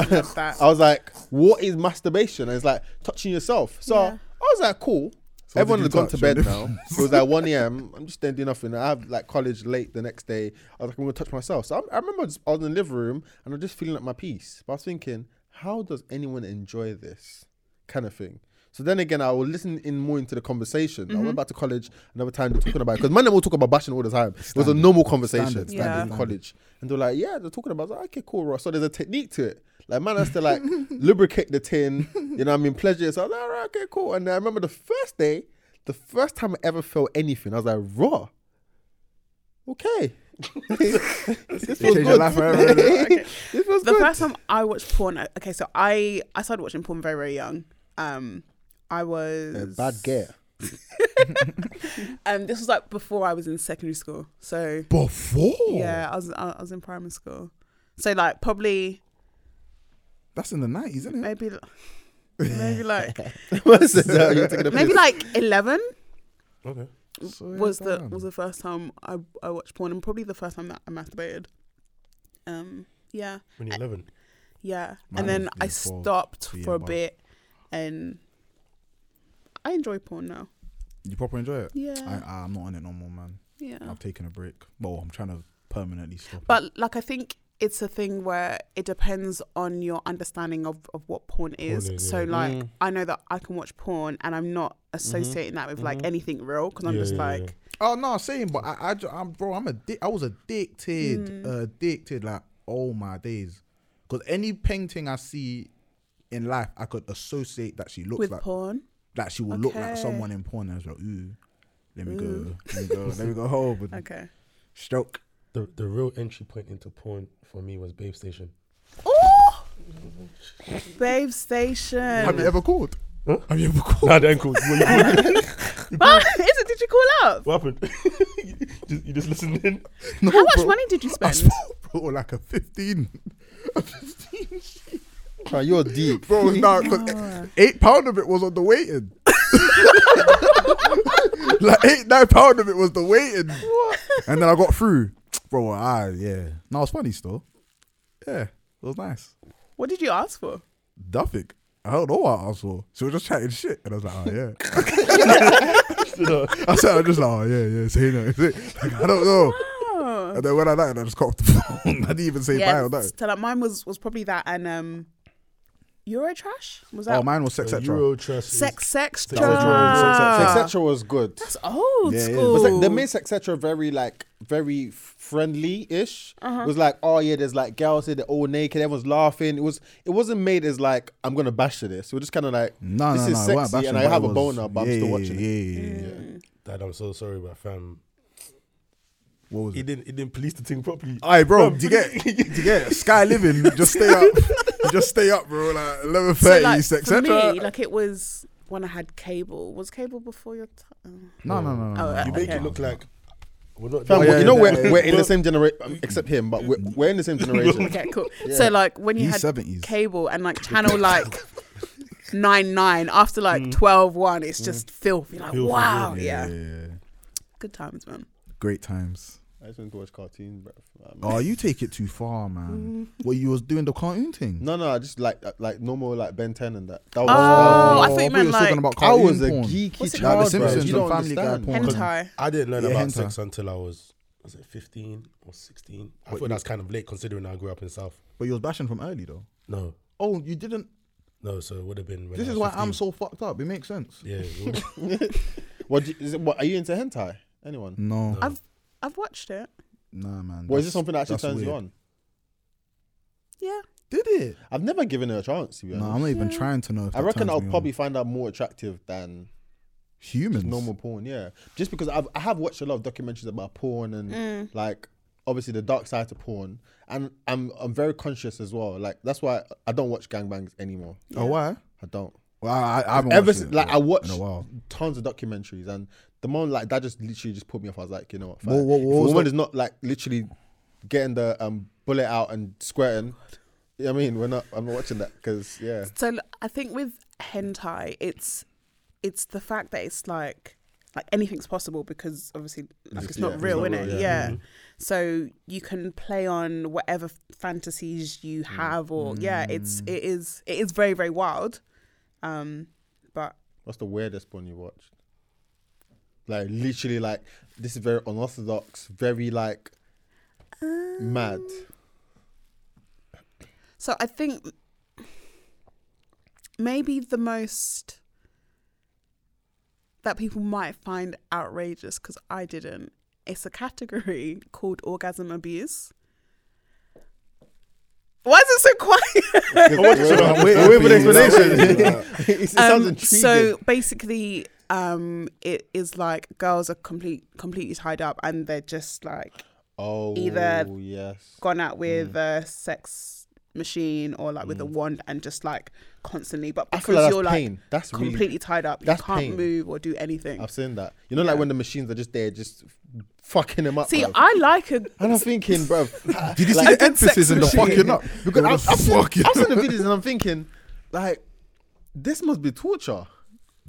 that. I was like, what is masturbation? And it's like touching yourself. So Yeah. I was like, cool. Everyone did had you gone to touch? bed now. So it was like 1 a.m. I'm just doing nothing. I have like college late the next day. I was like, I'm going to touch myself. So I, I remember just, I was in the living room and I was just feeling like my piece. But I was thinking, how does anyone enjoy this kind of thing? So then again, I will listen in more into the conversation. I Mm-hmm. went back to college another time they're talking about it. Because man, they will talk about bashing all the time. It was a normal conversation Standard, standard Yeah. in college. And they're like, yeah, they're talking about. it. I was like, okay, cool, right. So there's a technique to it. Like man has to like lubricate the tin. You know, what I mean, pleasure. it. So I was like, all right, okay, cool. And I remember the first day, the first time I ever felt anything, I was like, raw. Okay. this feels changed your life forever, innit? This feels the good. first time I watched porn, okay, so I I started watching porn very very young. Um, I was A bad gear. Um, this was like before I was in secondary school. So Before. yeah, I was I, I was in primary school. So like probably That's in the nineties, isn't it? maybe maybe like maybe Maybe like eleven Okay. was the was the first time I I watched porn and probably the first time that I masturbated. Um, yeah, When you're 11. yeah, Mine and then was I year four, stopped so yeah, for a but- bit, and I enjoy porn now. You proper enjoy it. Yeah, I, I'm not on it no more, man. yeah. I've taken a break. Well, I'm trying to permanently stop. it. But like I think it's a thing where it depends on your understanding of, of what porn is. is, so yeah. like I know that I can watch porn and I'm not associating that with like anything real because I'm Yeah, just yeah, like yeah. Oh no, same. But I, I, ju- I'm bro. I'm addi- I was addicted, Mm. addicted. Like oh my days, because any painting I see in life, I could associate that she looks with like porn. that she will look like Okay. Mm. someone Mm. in porn. And I was like, ooh, let me go, let me go, let me go home and Okay. stroke. the the real entry point into porn for me was Babe Station. Oh, Babe Station. Have you ever called? Huh? Have you ever called? Nah, that ain't cool. What, you- What? Is it? Did you call up? what happened? you, just, you just listened in. No, How much bro. money did you I spend? spent, bro, like a 15. A 15 sheet. Bro, you're deep. Bro, no, 'cause eight pound of it was on the waiting. like eight, nine pound of it was the waiting. And then I got through. Bro, I, yeah. No, it's funny still. Yeah, it was nice. What did you ask for? Duffig. I don't know what I asked for. She was just chatting shit. And I was like, oh, yeah. I said, I was just like, oh, yeah, yeah, say no. Say, like, I don't know. Oh. And then when I died, I just cut off the phone. I didn't even say bye Yeah, or nothing. so like mine was was probably that and um, Eurotrash was that Oh, mine was sex, etc. Eurotrust. sex sex That was Eurotrash, That's Sexetra was good. old Yeah, it is. school. But like, they made Sexetra very like very friendly ish. Uh-huh. It was like, oh yeah, there's like girls here, they're all naked, everyone's laughing. It was it wasn't made as like I'm gonna bash to this. It was just kind of like No, this no, is no, it weren't sexy bashing, and I but it have a was- boner, but I'm yeah, still watching yeah, it. Yeah, yeah, yeah. Dad, I'm so sorry, but fam, What was he it? didn't he didn't police the thing properly. Aye, bro, do you get, do you get sky living? Just stay up, just stay up, bro. Like eleven So, thirty, like, sex, for me, etc. like it was when I had cable. Was cable before your time? No, no, no. no, Oh, no, okay. You make it look like we're not. Fam, Oh, yeah, you know yeah, we're, yeah. we're in the same generation, except him, but we're, we're in the same generation. Okay, cool. So like when you He's had 70s. cable and like channel like nine nine after Mm. like twelve one, it's just filthy. Like Filthy, wow, yeah. yeah. yeah. good times, man. Great times. I just went to watch cartoons, bro. Oh, you take it too far, man. Mm. what you was doing the cartoon thing? No, no, I just like uh, like normal like Ben Ten and that. That was. Oh, I thought you you meant was like talking about I cartoon was a porn. geeky What's it child. called? Like the bro. Simpsons You and don't Family Guy understand. porn. hentai. I didn't learn Yeah, about hentai. sex until I was was it 15 or 16. I thought that's kind of late considering I grew up in South. But you was bashing from early though. No, Oh, you didn't. no. So it would have been. When This I is was why I'm 15. so fucked up. It makes sense. Yeah, it would- What, do you- is it, what are you into hentai? Anyone? No, I've I've watched it. nah, man. Well, is that's- this something that actually that's turns you weird. on? Yeah. Did it? I've never given it a chance to be No, honest. I'm not even trying to know. If I that reckon turns I'll me on. probably find out more attractive than humans. normal porn. Yeah, just because I've I have watched a lot of documentaries about porn and like obviously the dark side to porn, and I'm I'm very conscious as well. Like that's why I don't watch gangbangs anymore. Oh, why? I don't. Well, I, I haven't Ever watched since, it like I in a watched while. tons of documentaries, and the moment like that just literally just put me off. I was like, you know what? Fine. What- what- If what a was woman the- is not like literally getting the um bullet out and squirting. You know what I mean, we're not. I'm not watching that because yeah. So l- I think with hentai, it's it's the fact that it's like like anything's possible because obviously like it's yeah, not it's real, not in real, it. yeah. Yeah. So you can play on whatever f- fantasies you have, or yeah, it's it is it is very very wild. Um, but What's the weirdest porn you watched? Like literally, like this is very unorthodox, very like mad. So I think maybe the most that people might find outrageous because I didn't. It's a category called orgasm abuse. Why is it so quiet? Wait for the explanation. It sounds Um, intriguing. so basically, um, it is like girls are complete completely tied up and they're just like oh, either- yes. gone out with Mm. a sex machine or like with a wand and just like constantly but I because feel like that's you're like pain. That's really- completely tied up that's you can't pain. move or do anything I've seen that. You know, like when the machines are just there, just fucking them up. see bruv. I like a and I'm thinking, bro. Did you see like- the emphasis in the machine. fucking up? Because It I've, was I've, seen, fucking I've seen the up. videos and I'm thinking, like, this must be torture.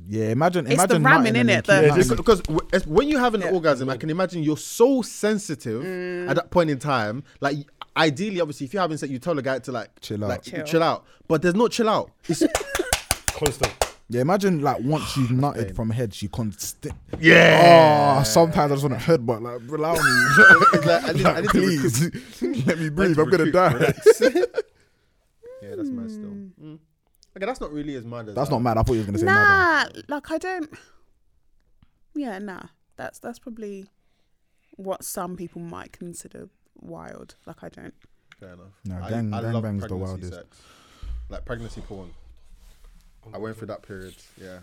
Yeah, imagine, the imagine ramming, mounting and innit, then the- keeping Because, mounting. because w- as- when you have an orgasm, I can imagine you're so sensitive at that point in time. Like, ideally, obviously, if you're having sex, you tell the guy to like Chill out. like, Chill. chill out. But there's no chill out. It's, constant. Yeah, imagine like once you've nutted from head, she constant. Yeah. Oh, sometimes I just want to headbutt. Like, allow me. it's like, I need, I Like, need to recoup. please, let me breathe. I'm gonna Recoup, die. relax. yeah, that's mad still. Mm. Okay, that's not really as mad as That's that. not mad. I thought you were gonna say mad. nah like I don't yeah nah that's that's probably what some people might consider wild like I don't Fair enough. No, gang- gang love bang's the pregnancy wildest. sex. Like pregnancy porn. I went through that period. Yeah.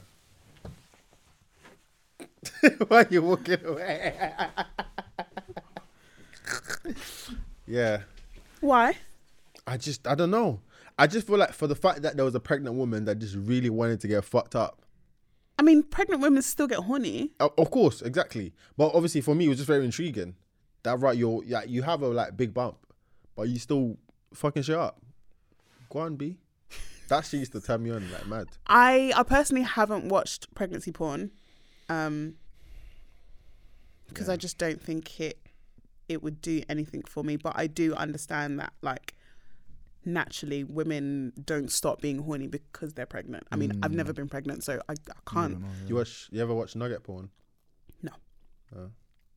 Why are you walking away? Yeah. Why? I just I don't know. I just feel like for the fact that there was a pregnant woman that just really wanted to get fucked up. I mean, pregnant women still get horny. O- Uh, Of course, exactly. But obviously for me it was just very intriguing. That right, you're yeah, you have a like big bump, but you still fucking shit up. Go on, B. That shit used to turn me on like mad. I I personally haven't watched pregnancy porn, um, because I just don't think it it would do anything for me. But I do understand that like naturally women don't stop being horny because they're pregnant. I mean, Mm. I've never been pregnant, so I, I can't. You watch you ever watch nugget porn? No.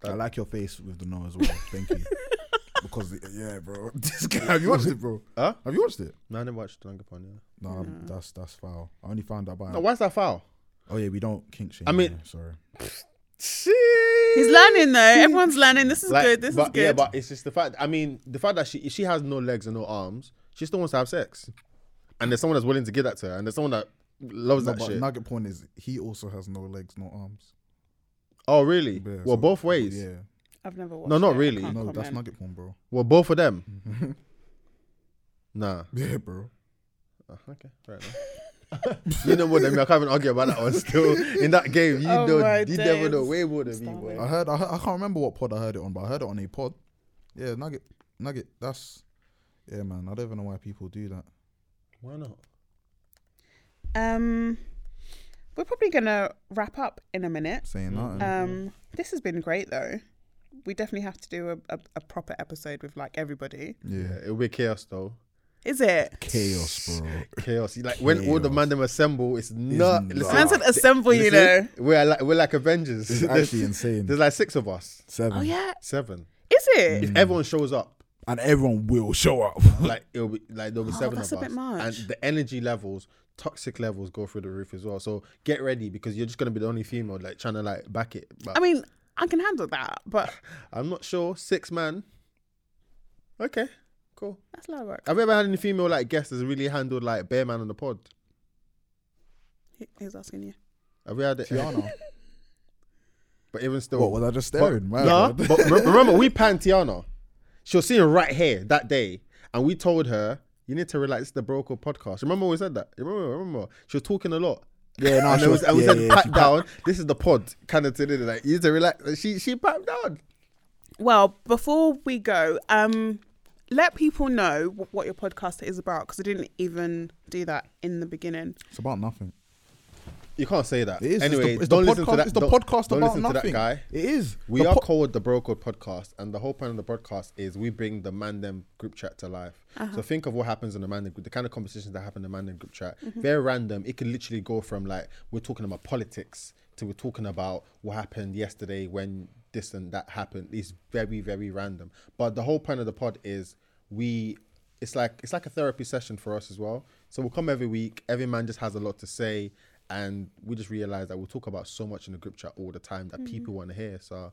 I like your face with the no as well. Thank you. because yeah, bro. This guy, have you watched it, bro? Huh? Have you watched it? No, I never watched nugget porn, yeah. No, I'm- that's that's foul. I only found out by. No, why's that foul? oh yeah, we don't kink shame. I mean- yeah, sorry. He's learning though. Everyone's learning. This is Like, good. This but, is good. Yeah, but it's just the fact. I mean, the fact that she she has no legs and no arms, she still wants to have sex, and there's someone that's willing to give that to her, and there's someone that loves No, that but shit. nugget point is he also has no legs, no arms. oh, really? Yeah, well, so- both ways. Yeah, I've never watched. No, not it. I really. can't no, that's comment. nugget point, bro. Well, both of them. nah. Yeah, bro. Oh, okay. Fair enough. you know what I mean? I can't even argue about that one. Still in that game, you Oh my know, you never days. know way more than me. Stop Boy. Uh-huh. I heard, I heard. I can't remember what pod I heard it on, but I heard it on a pod. Yeah, nugget, nugget. That's yeah, man. I don't even know why people do that. Why not? Um, we're probably gonna wrap up in a minute. Saying Mm. nothing. Um, this has been great though. We definitely have to do a, a, a proper episode with like everybody. Yeah, yeah, it'll be chaos though. Is it? chaos, bro. Chaos. Like when all the Chaos. man them assemble, it's not. nuts. Listen, Man said assemble, you know. listen, we're like we're like Avengers. It's There's- actually insane. There's like six of us. Seven. Oh yeah. Seven. Is it? If everyone shows up, and everyone will show up. like it'll be like there'll be seven Oh, that's of a us, bit much. and the energy levels, toxic levels, go through the roof as well. So get ready because you're just gonna be the only female like trying to like back it. But I mean, I can handle that, but I'm not sure. Six man. Okay, cool. that's a lot of work. Have you ever had any female like guests that's really handled like bear man on the pod? He- He's asking you. Have we had it? Tiana. But even still, What was I just staring? But, man? nah, but re- remember, we panned Tiana. She was sitting right here that day, and we told her, "You need to relax. It's the Bro Code podcast." Remember when we said that? Remember, remember, she was talking a lot. yeah, no, And, she it was, was, and we yeah, said, yeah, "Pack she- down. This is the pod." Kind of today, like you need to relax. And She she packed down. Well, before we go, um, let people know wh- what your podcast is about because I didn't even do that in the beginning. It's about nothing. You can't say that. It is. It's the- Anyway, it's the, don't listen podcast, to that. It's the don't- podcast don't about listen nothing. to that guy. It is. We The are po- called the Bro Code Podcast, and the whole point of the podcast is we bring the man them group chat to life. So think of what happens in the man them group, the kind of conversations that happen in the man them group chat. Very random. It can literally go from like we're talking about politics to we're talking about what happened yesterday when this and that happened. It's very very random. But the whole point of the pod is we. It's like it's like a therapy session for us as well. So we'll come every week. Every man just has a lot to say. And we just realized that we talk about so much in the group chat all the time that people want to hear. So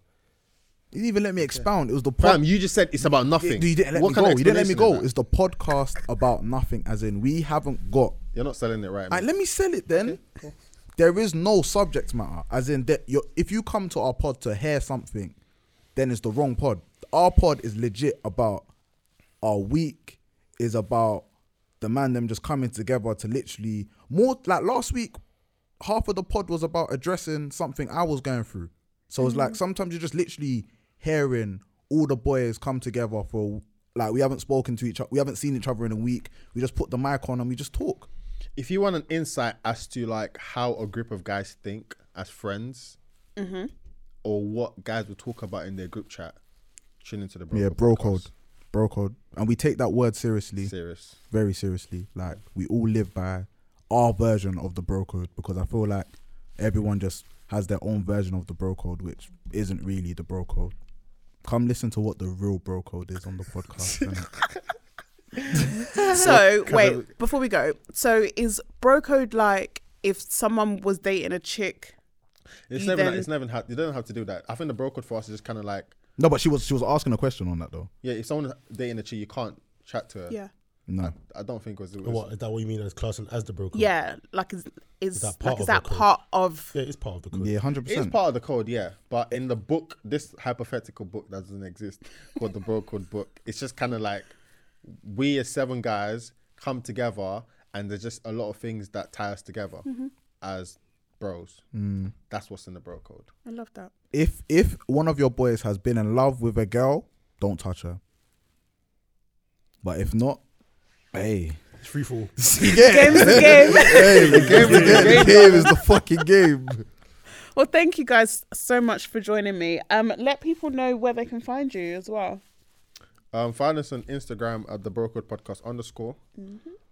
You didn't even let me expound. It was the Fam, pod. you just said it's about nothing. You didn't let What me kind go. of You didn't let me explanation go. is It's the podcast about nothing. As in, we haven't got. that? You're not selling it right. Alright, mate. let me sell it then. There is no subject matter. As in, that you're, if you come to our pod to hear something, then it's the wrong pod. Our pod is legit about our week. Is about the man them just coming together to literally more like last week. Half of the pod was about addressing something I was going through. So it's like sometimes you're just literally hearing all the boys come together for like we haven't spoken to each other, we haven't seen each other in a week. We just put the mic on and we just talk. if you want an insight as to like how a group of guys think as friends, Mm-hmm. or what guys will talk about in their group chat, tune into the bro. Yeah, Code bro Podcast. code. Bro code. And we take that word seriously, Serious. very seriously. Like, we all live by our version of the bro code because I feel like everyone just has their own version of the bro code, which isn't really the bro code. Come listen to what the real bro code is on the podcast. innit? So wait, before we go, so is bro code like if someone was dating a chick? It's You never. then- it's never. Ha- you don't have to do that. I think the bro code for us is just kind of like no, but she was she was asking a question on that though. yeah. If someone dating a chick, you can't chat to her. Yeah. No. I don't think it was. It was What is that? What you mean as class and as the broker? Yeah, like is is, that part like is of that the code? part of yeah, it's part of the code. Yeah, hundred It's percent. part of the code, yeah. But in the book, this hypothetical book that doesn't exist called the Bro Code book, it's just kind of like we as seven guys come together and there's just a lot of things that tie us together as bros. Mm. That's what's in the Bro Code. I love that. If if one of your boys has been in love with a girl, don't touch her. But if not, hey, It's free for all. Game's the game. hey, the game, is the game. is the fucking game. Well, thank you guys so much for joining me. Um, let people know where they can find you as well. Um, find us on Instagram at the Bro Code Podcast underscore.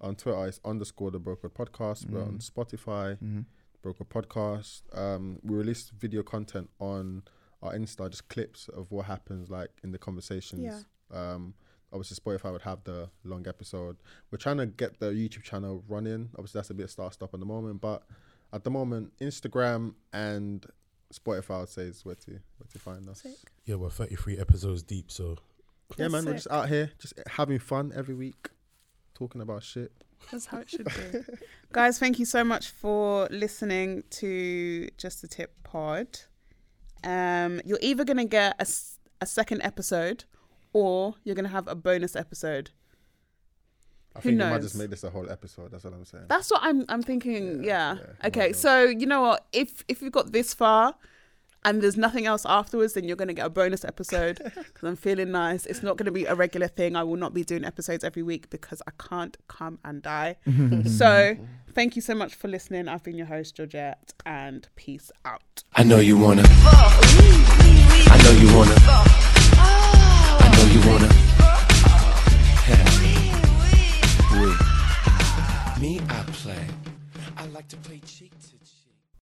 On Twitter, it's underscore the Bro Code Podcast. We're on Spotify, Bro Code Podcast. Um, we release video content on our Insta, just clips of what happens like in the conversations. Yeah. Um, obviously, Spotify would have the long episode. We're trying to get the YouTube channel running. Obviously, that's a bit start stop at the moment, but at the moment, Instagram and Spotify, I'd say, is where to, where to find us. Yeah, we're 33 episodes deep, so Yeah, man, we're That's just out here, just having fun every week, talking about shit. That's how it should be. guys, thank you so much for listening to Just a Tip Pod. Um, you're either going to get a, s- a second episode or you're going to have a bonus episode. I Who think we might just knows? make this a whole episode. That's what I'm saying. That's what I'm I'm thinking. Yeah. yeah, okay. So you know what? If if you've got this far, and there's nothing else afterwards, then you're gonna get a bonus episode because I'm feeling nice. It's not gonna be a regular thing. I will not be doing episodes every week because I can't come and die. so thank you so much for listening. I've been your host Georgette, and peace out. I know you wanna. I know you wanna. I know you wanna. Me, I play. I like to play cheek to cheek.